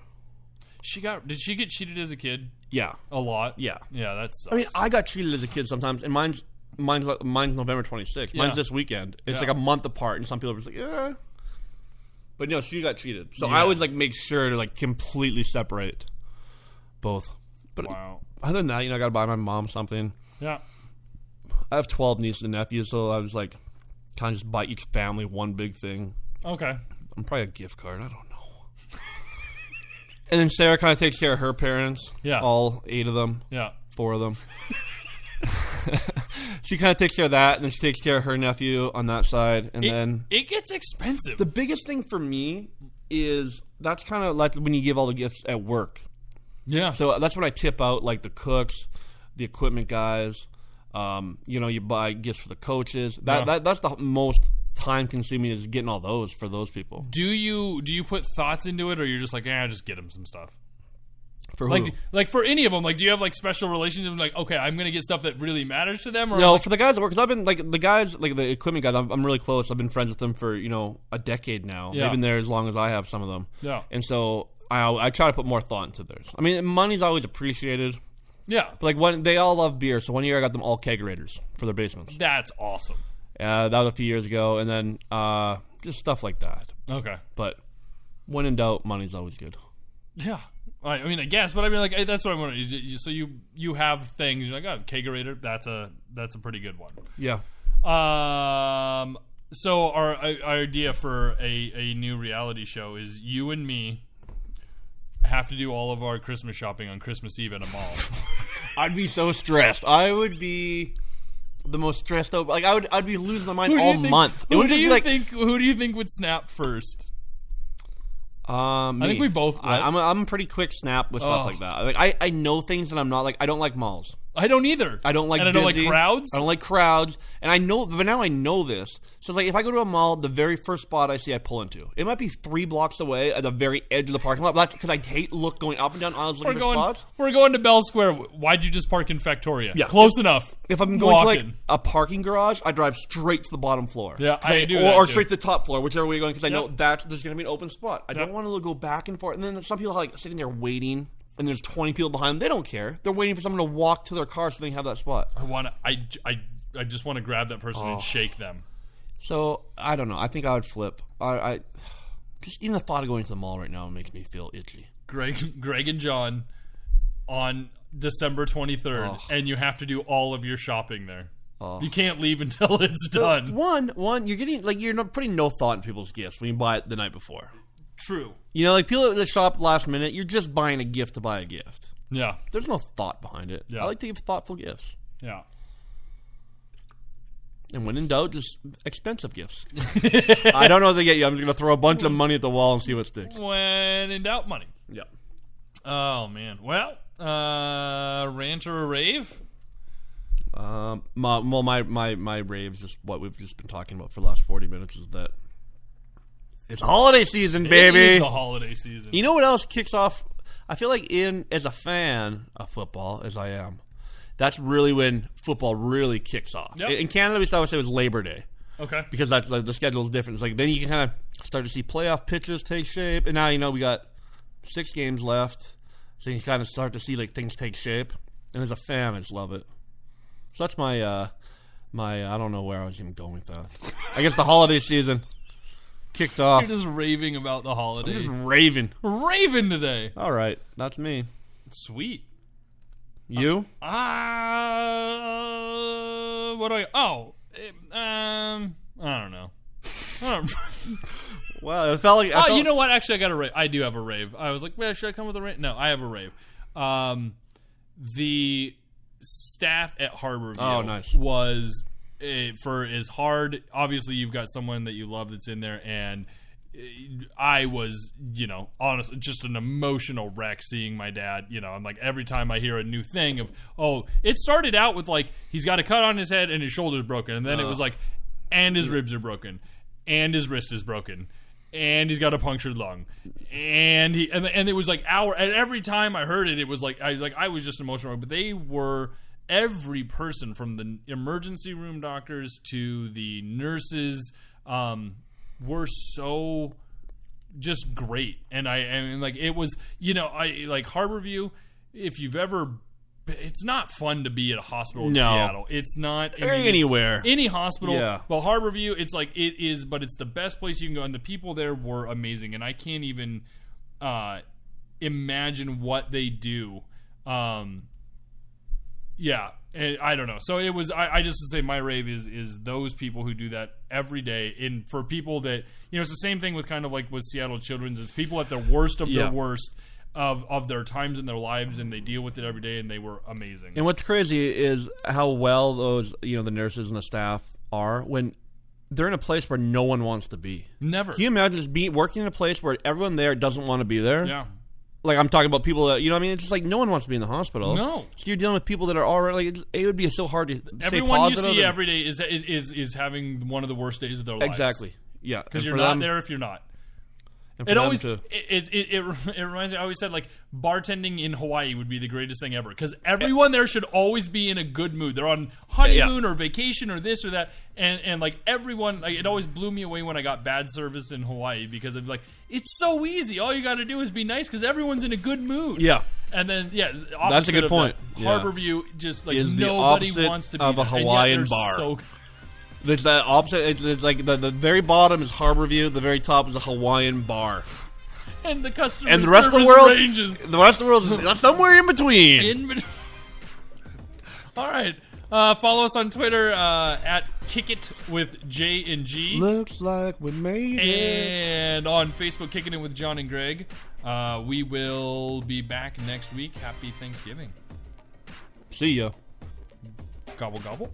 Speaker 2: She got did she get cheated as a kid?
Speaker 4: Yeah,
Speaker 2: A lot.
Speaker 4: yeah.
Speaker 2: Yeah, that's
Speaker 4: I mean, I got cheated as a kid sometimes, and mine's mine's like- mine's November 26th.
Speaker 2: Yeah.
Speaker 4: Mine's this weekend. It's
Speaker 2: Yeah.
Speaker 4: like a month apart, and some people are just like, yeah. But no, she got cheated, so I always like make sure to like completely separate both. But
Speaker 2: wow.
Speaker 4: other than that, you know, I got to buy my mom something.
Speaker 2: Yeah.
Speaker 4: I have 12 nieces and nephews, so I was like, kind of just buy each family one big thing.
Speaker 2: Okay.
Speaker 4: I'm probably a gift card. I don't know. (laughs) and then Sarah kind of takes care of her parents.
Speaker 2: Yeah.
Speaker 4: all eight of them,
Speaker 2: Yeah.
Speaker 4: four of them. (laughs) she kind of takes care of that, and then she takes care of her nephew on that side, and
Speaker 2: It,
Speaker 4: then
Speaker 2: it gets expensive.
Speaker 4: the biggest thing for me is that's kind of like when you give all the gifts at work.
Speaker 2: yeah.
Speaker 4: So uh, that's when I tip out like the cooks, the equipment guys. Um, you know, you buy gifts for the coaches. That,
Speaker 2: Yeah.
Speaker 4: that that's the most time consuming is getting all those for those people.
Speaker 2: do you do you put thoughts into it, or you're just like, eh, just get him some stuff?
Speaker 4: For who?
Speaker 2: Like, d- like for any of them, like, do you have like special relationships? Like, okay, I'm gonna get stuff that really matters to them, or
Speaker 4: no,
Speaker 2: like,
Speaker 4: for the guys at work, 'cause I've been like the guys, like the equipment guys. I'm, I'm really close. I've been friends with them for you know a decade now.
Speaker 2: Yeah.
Speaker 4: They've been there as long as I have. Some of them.
Speaker 2: Yeah.
Speaker 4: And so I I try to put more thought into theirs. I mean, money's always appreciated.
Speaker 2: yeah,
Speaker 4: But, like one, they all love beer. So one year I got them all kegerators for their basements.
Speaker 2: that's awesome.
Speaker 4: Uh, that was a few years ago, and then uh, just stuff like that.
Speaker 2: Okay,
Speaker 4: But when in doubt, money's always good.
Speaker 2: yeah. I, I mean, I guess, but I mean, like, I- that's what I'm wondering. You, you, so you you have things. You're like, oh, kegerator. That's a that's a pretty good one.
Speaker 4: Yeah.
Speaker 2: Um. So our, our idea for a, a new reality show is you and me have to do all of our Christmas shopping on Christmas Eve at a
Speaker 4: (laughs)
Speaker 2: mall.
Speaker 4: I'd be so stressed. I would be the most stressed out. Like I would, I'd be losing my mind
Speaker 2: Who do you
Speaker 4: all
Speaker 2: think-
Speaker 4: month. It
Speaker 2: Who
Speaker 4: would
Speaker 2: do
Speaker 4: just
Speaker 2: you
Speaker 4: be like,
Speaker 2: think? Who do you think would snap first?
Speaker 4: um,
Speaker 2: I think we
Speaker 4: me.
Speaker 2: both
Speaker 4: I,
Speaker 2: would.
Speaker 4: I'm, a, I'm a pretty quick snap with
Speaker 2: Oh.
Speaker 4: stuff like that. Like I, I know things that I'm not like. I don't like malls.
Speaker 2: I don't either.
Speaker 4: I don't like.
Speaker 2: And I don't
Speaker 4: busy.
Speaker 2: like crowds.
Speaker 4: I don't like crowds. And I know, but now I know this. So it's like if I go to a mall, the very first spot I see, I pull into. It might be three blocks away at the very edge of the parking lot. but That's because I hate look going up and down aisles
Speaker 2: we're
Speaker 4: looking for
Speaker 2: going.
Speaker 4: spots.
Speaker 2: We're going to Bell Square. Why'd you just park in Factoria?
Speaker 4: Yeah.
Speaker 2: close enough.
Speaker 4: If I'm going to like
Speaker 2: Walking.
Speaker 4: a parking garage, I drive straight to the bottom floor.
Speaker 2: Yeah,
Speaker 4: 'Cause
Speaker 2: I do
Speaker 4: Or,
Speaker 2: that
Speaker 4: or
Speaker 2: too.
Speaker 4: straight to the top floor, whichever way you're going, because I know
Speaker 2: Yep.
Speaker 4: that there's going to be an open spot. I
Speaker 2: Yep.
Speaker 4: don't want to go back and forth. And then some people are like sitting there waiting, and there's 20 people behind them. They don't care. They're waiting for someone to walk to their car so they have that spot.
Speaker 2: I want to. I, j- I, I just want to grab that person
Speaker 4: Oh.
Speaker 2: and shake them.
Speaker 4: So I don't know. I think I would flip. I, I just even the thought of going to the mall right now makes me feel itchy.
Speaker 2: Greg, Greg and John, on December 23rd,
Speaker 4: Oh.
Speaker 2: and you have to do all of your shopping there. You can't leave until (laughs) it's done.
Speaker 4: One, one, you're getting like you're not putting no thought in people's gifts when you buy it the night before.
Speaker 2: True.
Speaker 4: You know, like people at the shop last minute, you're just buying a gift to buy a gift.
Speaker 2: Yeah.
Speaker 4: There's no thought behind it.
Speaker 2: Yeah.
Speaker 4: I like to give thoughtful gifts.
Speaker 2: Yeah.
Speaker 4: And when in doubt, just expensive gifts. I don't know what they get you. I'm just going to throw a bunch of money at the wall and see what sticks.
Speaker 2: When in doubt, money.
Speaker 4: Yeah.
Speaker 2: Oh man. Well, uh, rant or a rave?
Speaker 4: Um, my, well, my, my, my rave's just what we've just been talking about for the last 40 minutes is that it's holiday season, baby.
Speaker 2: It is the holiday season.
Speaker 4: You know what else kicks off? I feel like in as a fan of football, as I am, that's really when football really kicks off.
Speaker 2: Yep.
Speaker 4: In Canada, we always say it was Labor Day
Speaker 2: okay.
Speaker 4: because that's like, the schedule's different. It's like then you can kind of start to see playoff pitches take shape, and now you know we got six games left, so you can kind of start to see like things take shape. And as a fan, I just love it. So that's my uh my I don't know where I was even going with that. I guess the holiday season kicked off.
Speaker 2: You're just raving about the holidays.
Speaker 4: just raving.
Speaker 2: Raving today.
Speaker 4: All right, that's me.
Speaker 2: Sweet.
Speaker 4: You?
Speaker 2: Uh, what do I? Oh, eh, um, I don't know. (laughs) I don't-
Speaker 4: Well, it felt like. I
Speaker 2: oh,
Speaker 4: felt-
Speaker 2: you know what? Actually, I got a rave. I do have a rave. I was like, well, should I come with a rave? No, I have a rave. Um, the staff at Harbor View
Speaker 4: Oh, nice.
Speaker 2: was eh, for is hard. Obviously, you've got someone that you love that's in there, and eh, I was, you know, honestly, just an emotional wreck seeing my dad. You know, I'm like every time I hear a new thing of, oh, it started out with like he's got a cut on his head and his shoulder's broken, and then it
Speaker 4: Uh.
Speaker 2: was like, and his ribs are broken, and his wrist is broken. And he's got a punctured lung, and he and, and it was like hour. And every time I heard it, it was like I like I was just emotional. But they were every person from the emergency room doctors to the nurses um, were so just great and i I mean, like it was you know i like harborview if you've ever it's not fun to be at a hospital in
Speaker 4: No.
Speaker 2: seattle it's not I mean,
Speaker 4: Or
Speaker 2: it's-
Speaker 4: anywhere.
Speaker 2: any hospital
Speaker 4: Yeah.
Speaker 2: but harborview it's like it is but it's the best place you can go and the people there were amazing and i can't even uh imagine what they do um yeah, and I don't know. So it was. I, I just would say my rave is is those people who do that every day. And for people that you know, it's the same thing with kind of like with Seattle Children's. It's people at the worst of
Speaker 4: Yeah.
Speaker 2: their worst of of their times in their lives, and they deal with it every day, and they were amazing.
Speaker 4: And what's crazy is how well those you know the nurses and the staff are when they're in a place where no one wants to be.
Speaker 2: Never.
Speaker 4: Can you imagine just be working in a place where everyone there doesn't want to be there?
Speaker 2: yeah.
Speaker 4: Like I'm talking about people that you know what I mean. It's just like no one wants to be in the hospital.
Speaker 2: No.
Speaker 4: So you're dealing with people that are already. Like, it's- it would be so hard to stay
Speaker 2: Everyone you
Speaker 4: positive
Speaker 2: see
Speaker 4: and-
Speaker 2: every day is is is having one of the worst days of their lives.
Speaker 4: exactly. Yeah,
Speaker 2: because you're not there if you're not. It always it, it, it, it (laughs) reminds me. I always said like bartending in Hawaii would be the greatest thing ever because everyone there should always be in a good mood. They're on honeymoon or vacation or this or that, and and like everyone, like, it always blew me away when I got bad service in Hawaii because I'm like, it's so easy. All you got to do is be nice because everyone's in a good mood.
Speaker 4: Yeah.
Speaker 2: and then yeah, the
Speaker 4: a
Speaker 2: opposite
Speaker 4: good
Speaker 2: of
Speaker 4: point.
Speaker 2: that.
Speaker 4: Yeah.
Speaker 2: Harborview just like
Speaker 4: Is the
Speaker 2: nobody
Speaker 4: opposite
Speaker 2: wants to be
Speaker 4: of a
Speaker 2: there, and yet
Speaker 4: Hawaiian
Speaker 2: they're
Speaker 4: bar.
Speaker 2: so-
Speaker 4: There's the opposite. It's, it's like the, the very bottom is Harbor View. The very top is a Hawaiian bar,
Speaker 2: and the customer
Speaker 4: and the rest of the
Speaker 2: service
Speaker 4: world,
Speaker 2: ranges.
Speaker 4: the rest of the world is somewhere in between.
Speaker 2: in bet- (laughs) All right. Uh, follow us on Twitter uh, at Kick It with J and G,
Speaker 4: Looks like we made
Speaker 2: and on Facebook Kicking It with John and Greg. Uh, we will be back next week. Happy Thanksgiving.
Speaker 4: See ya.
Speaker 2: Gobble gobble.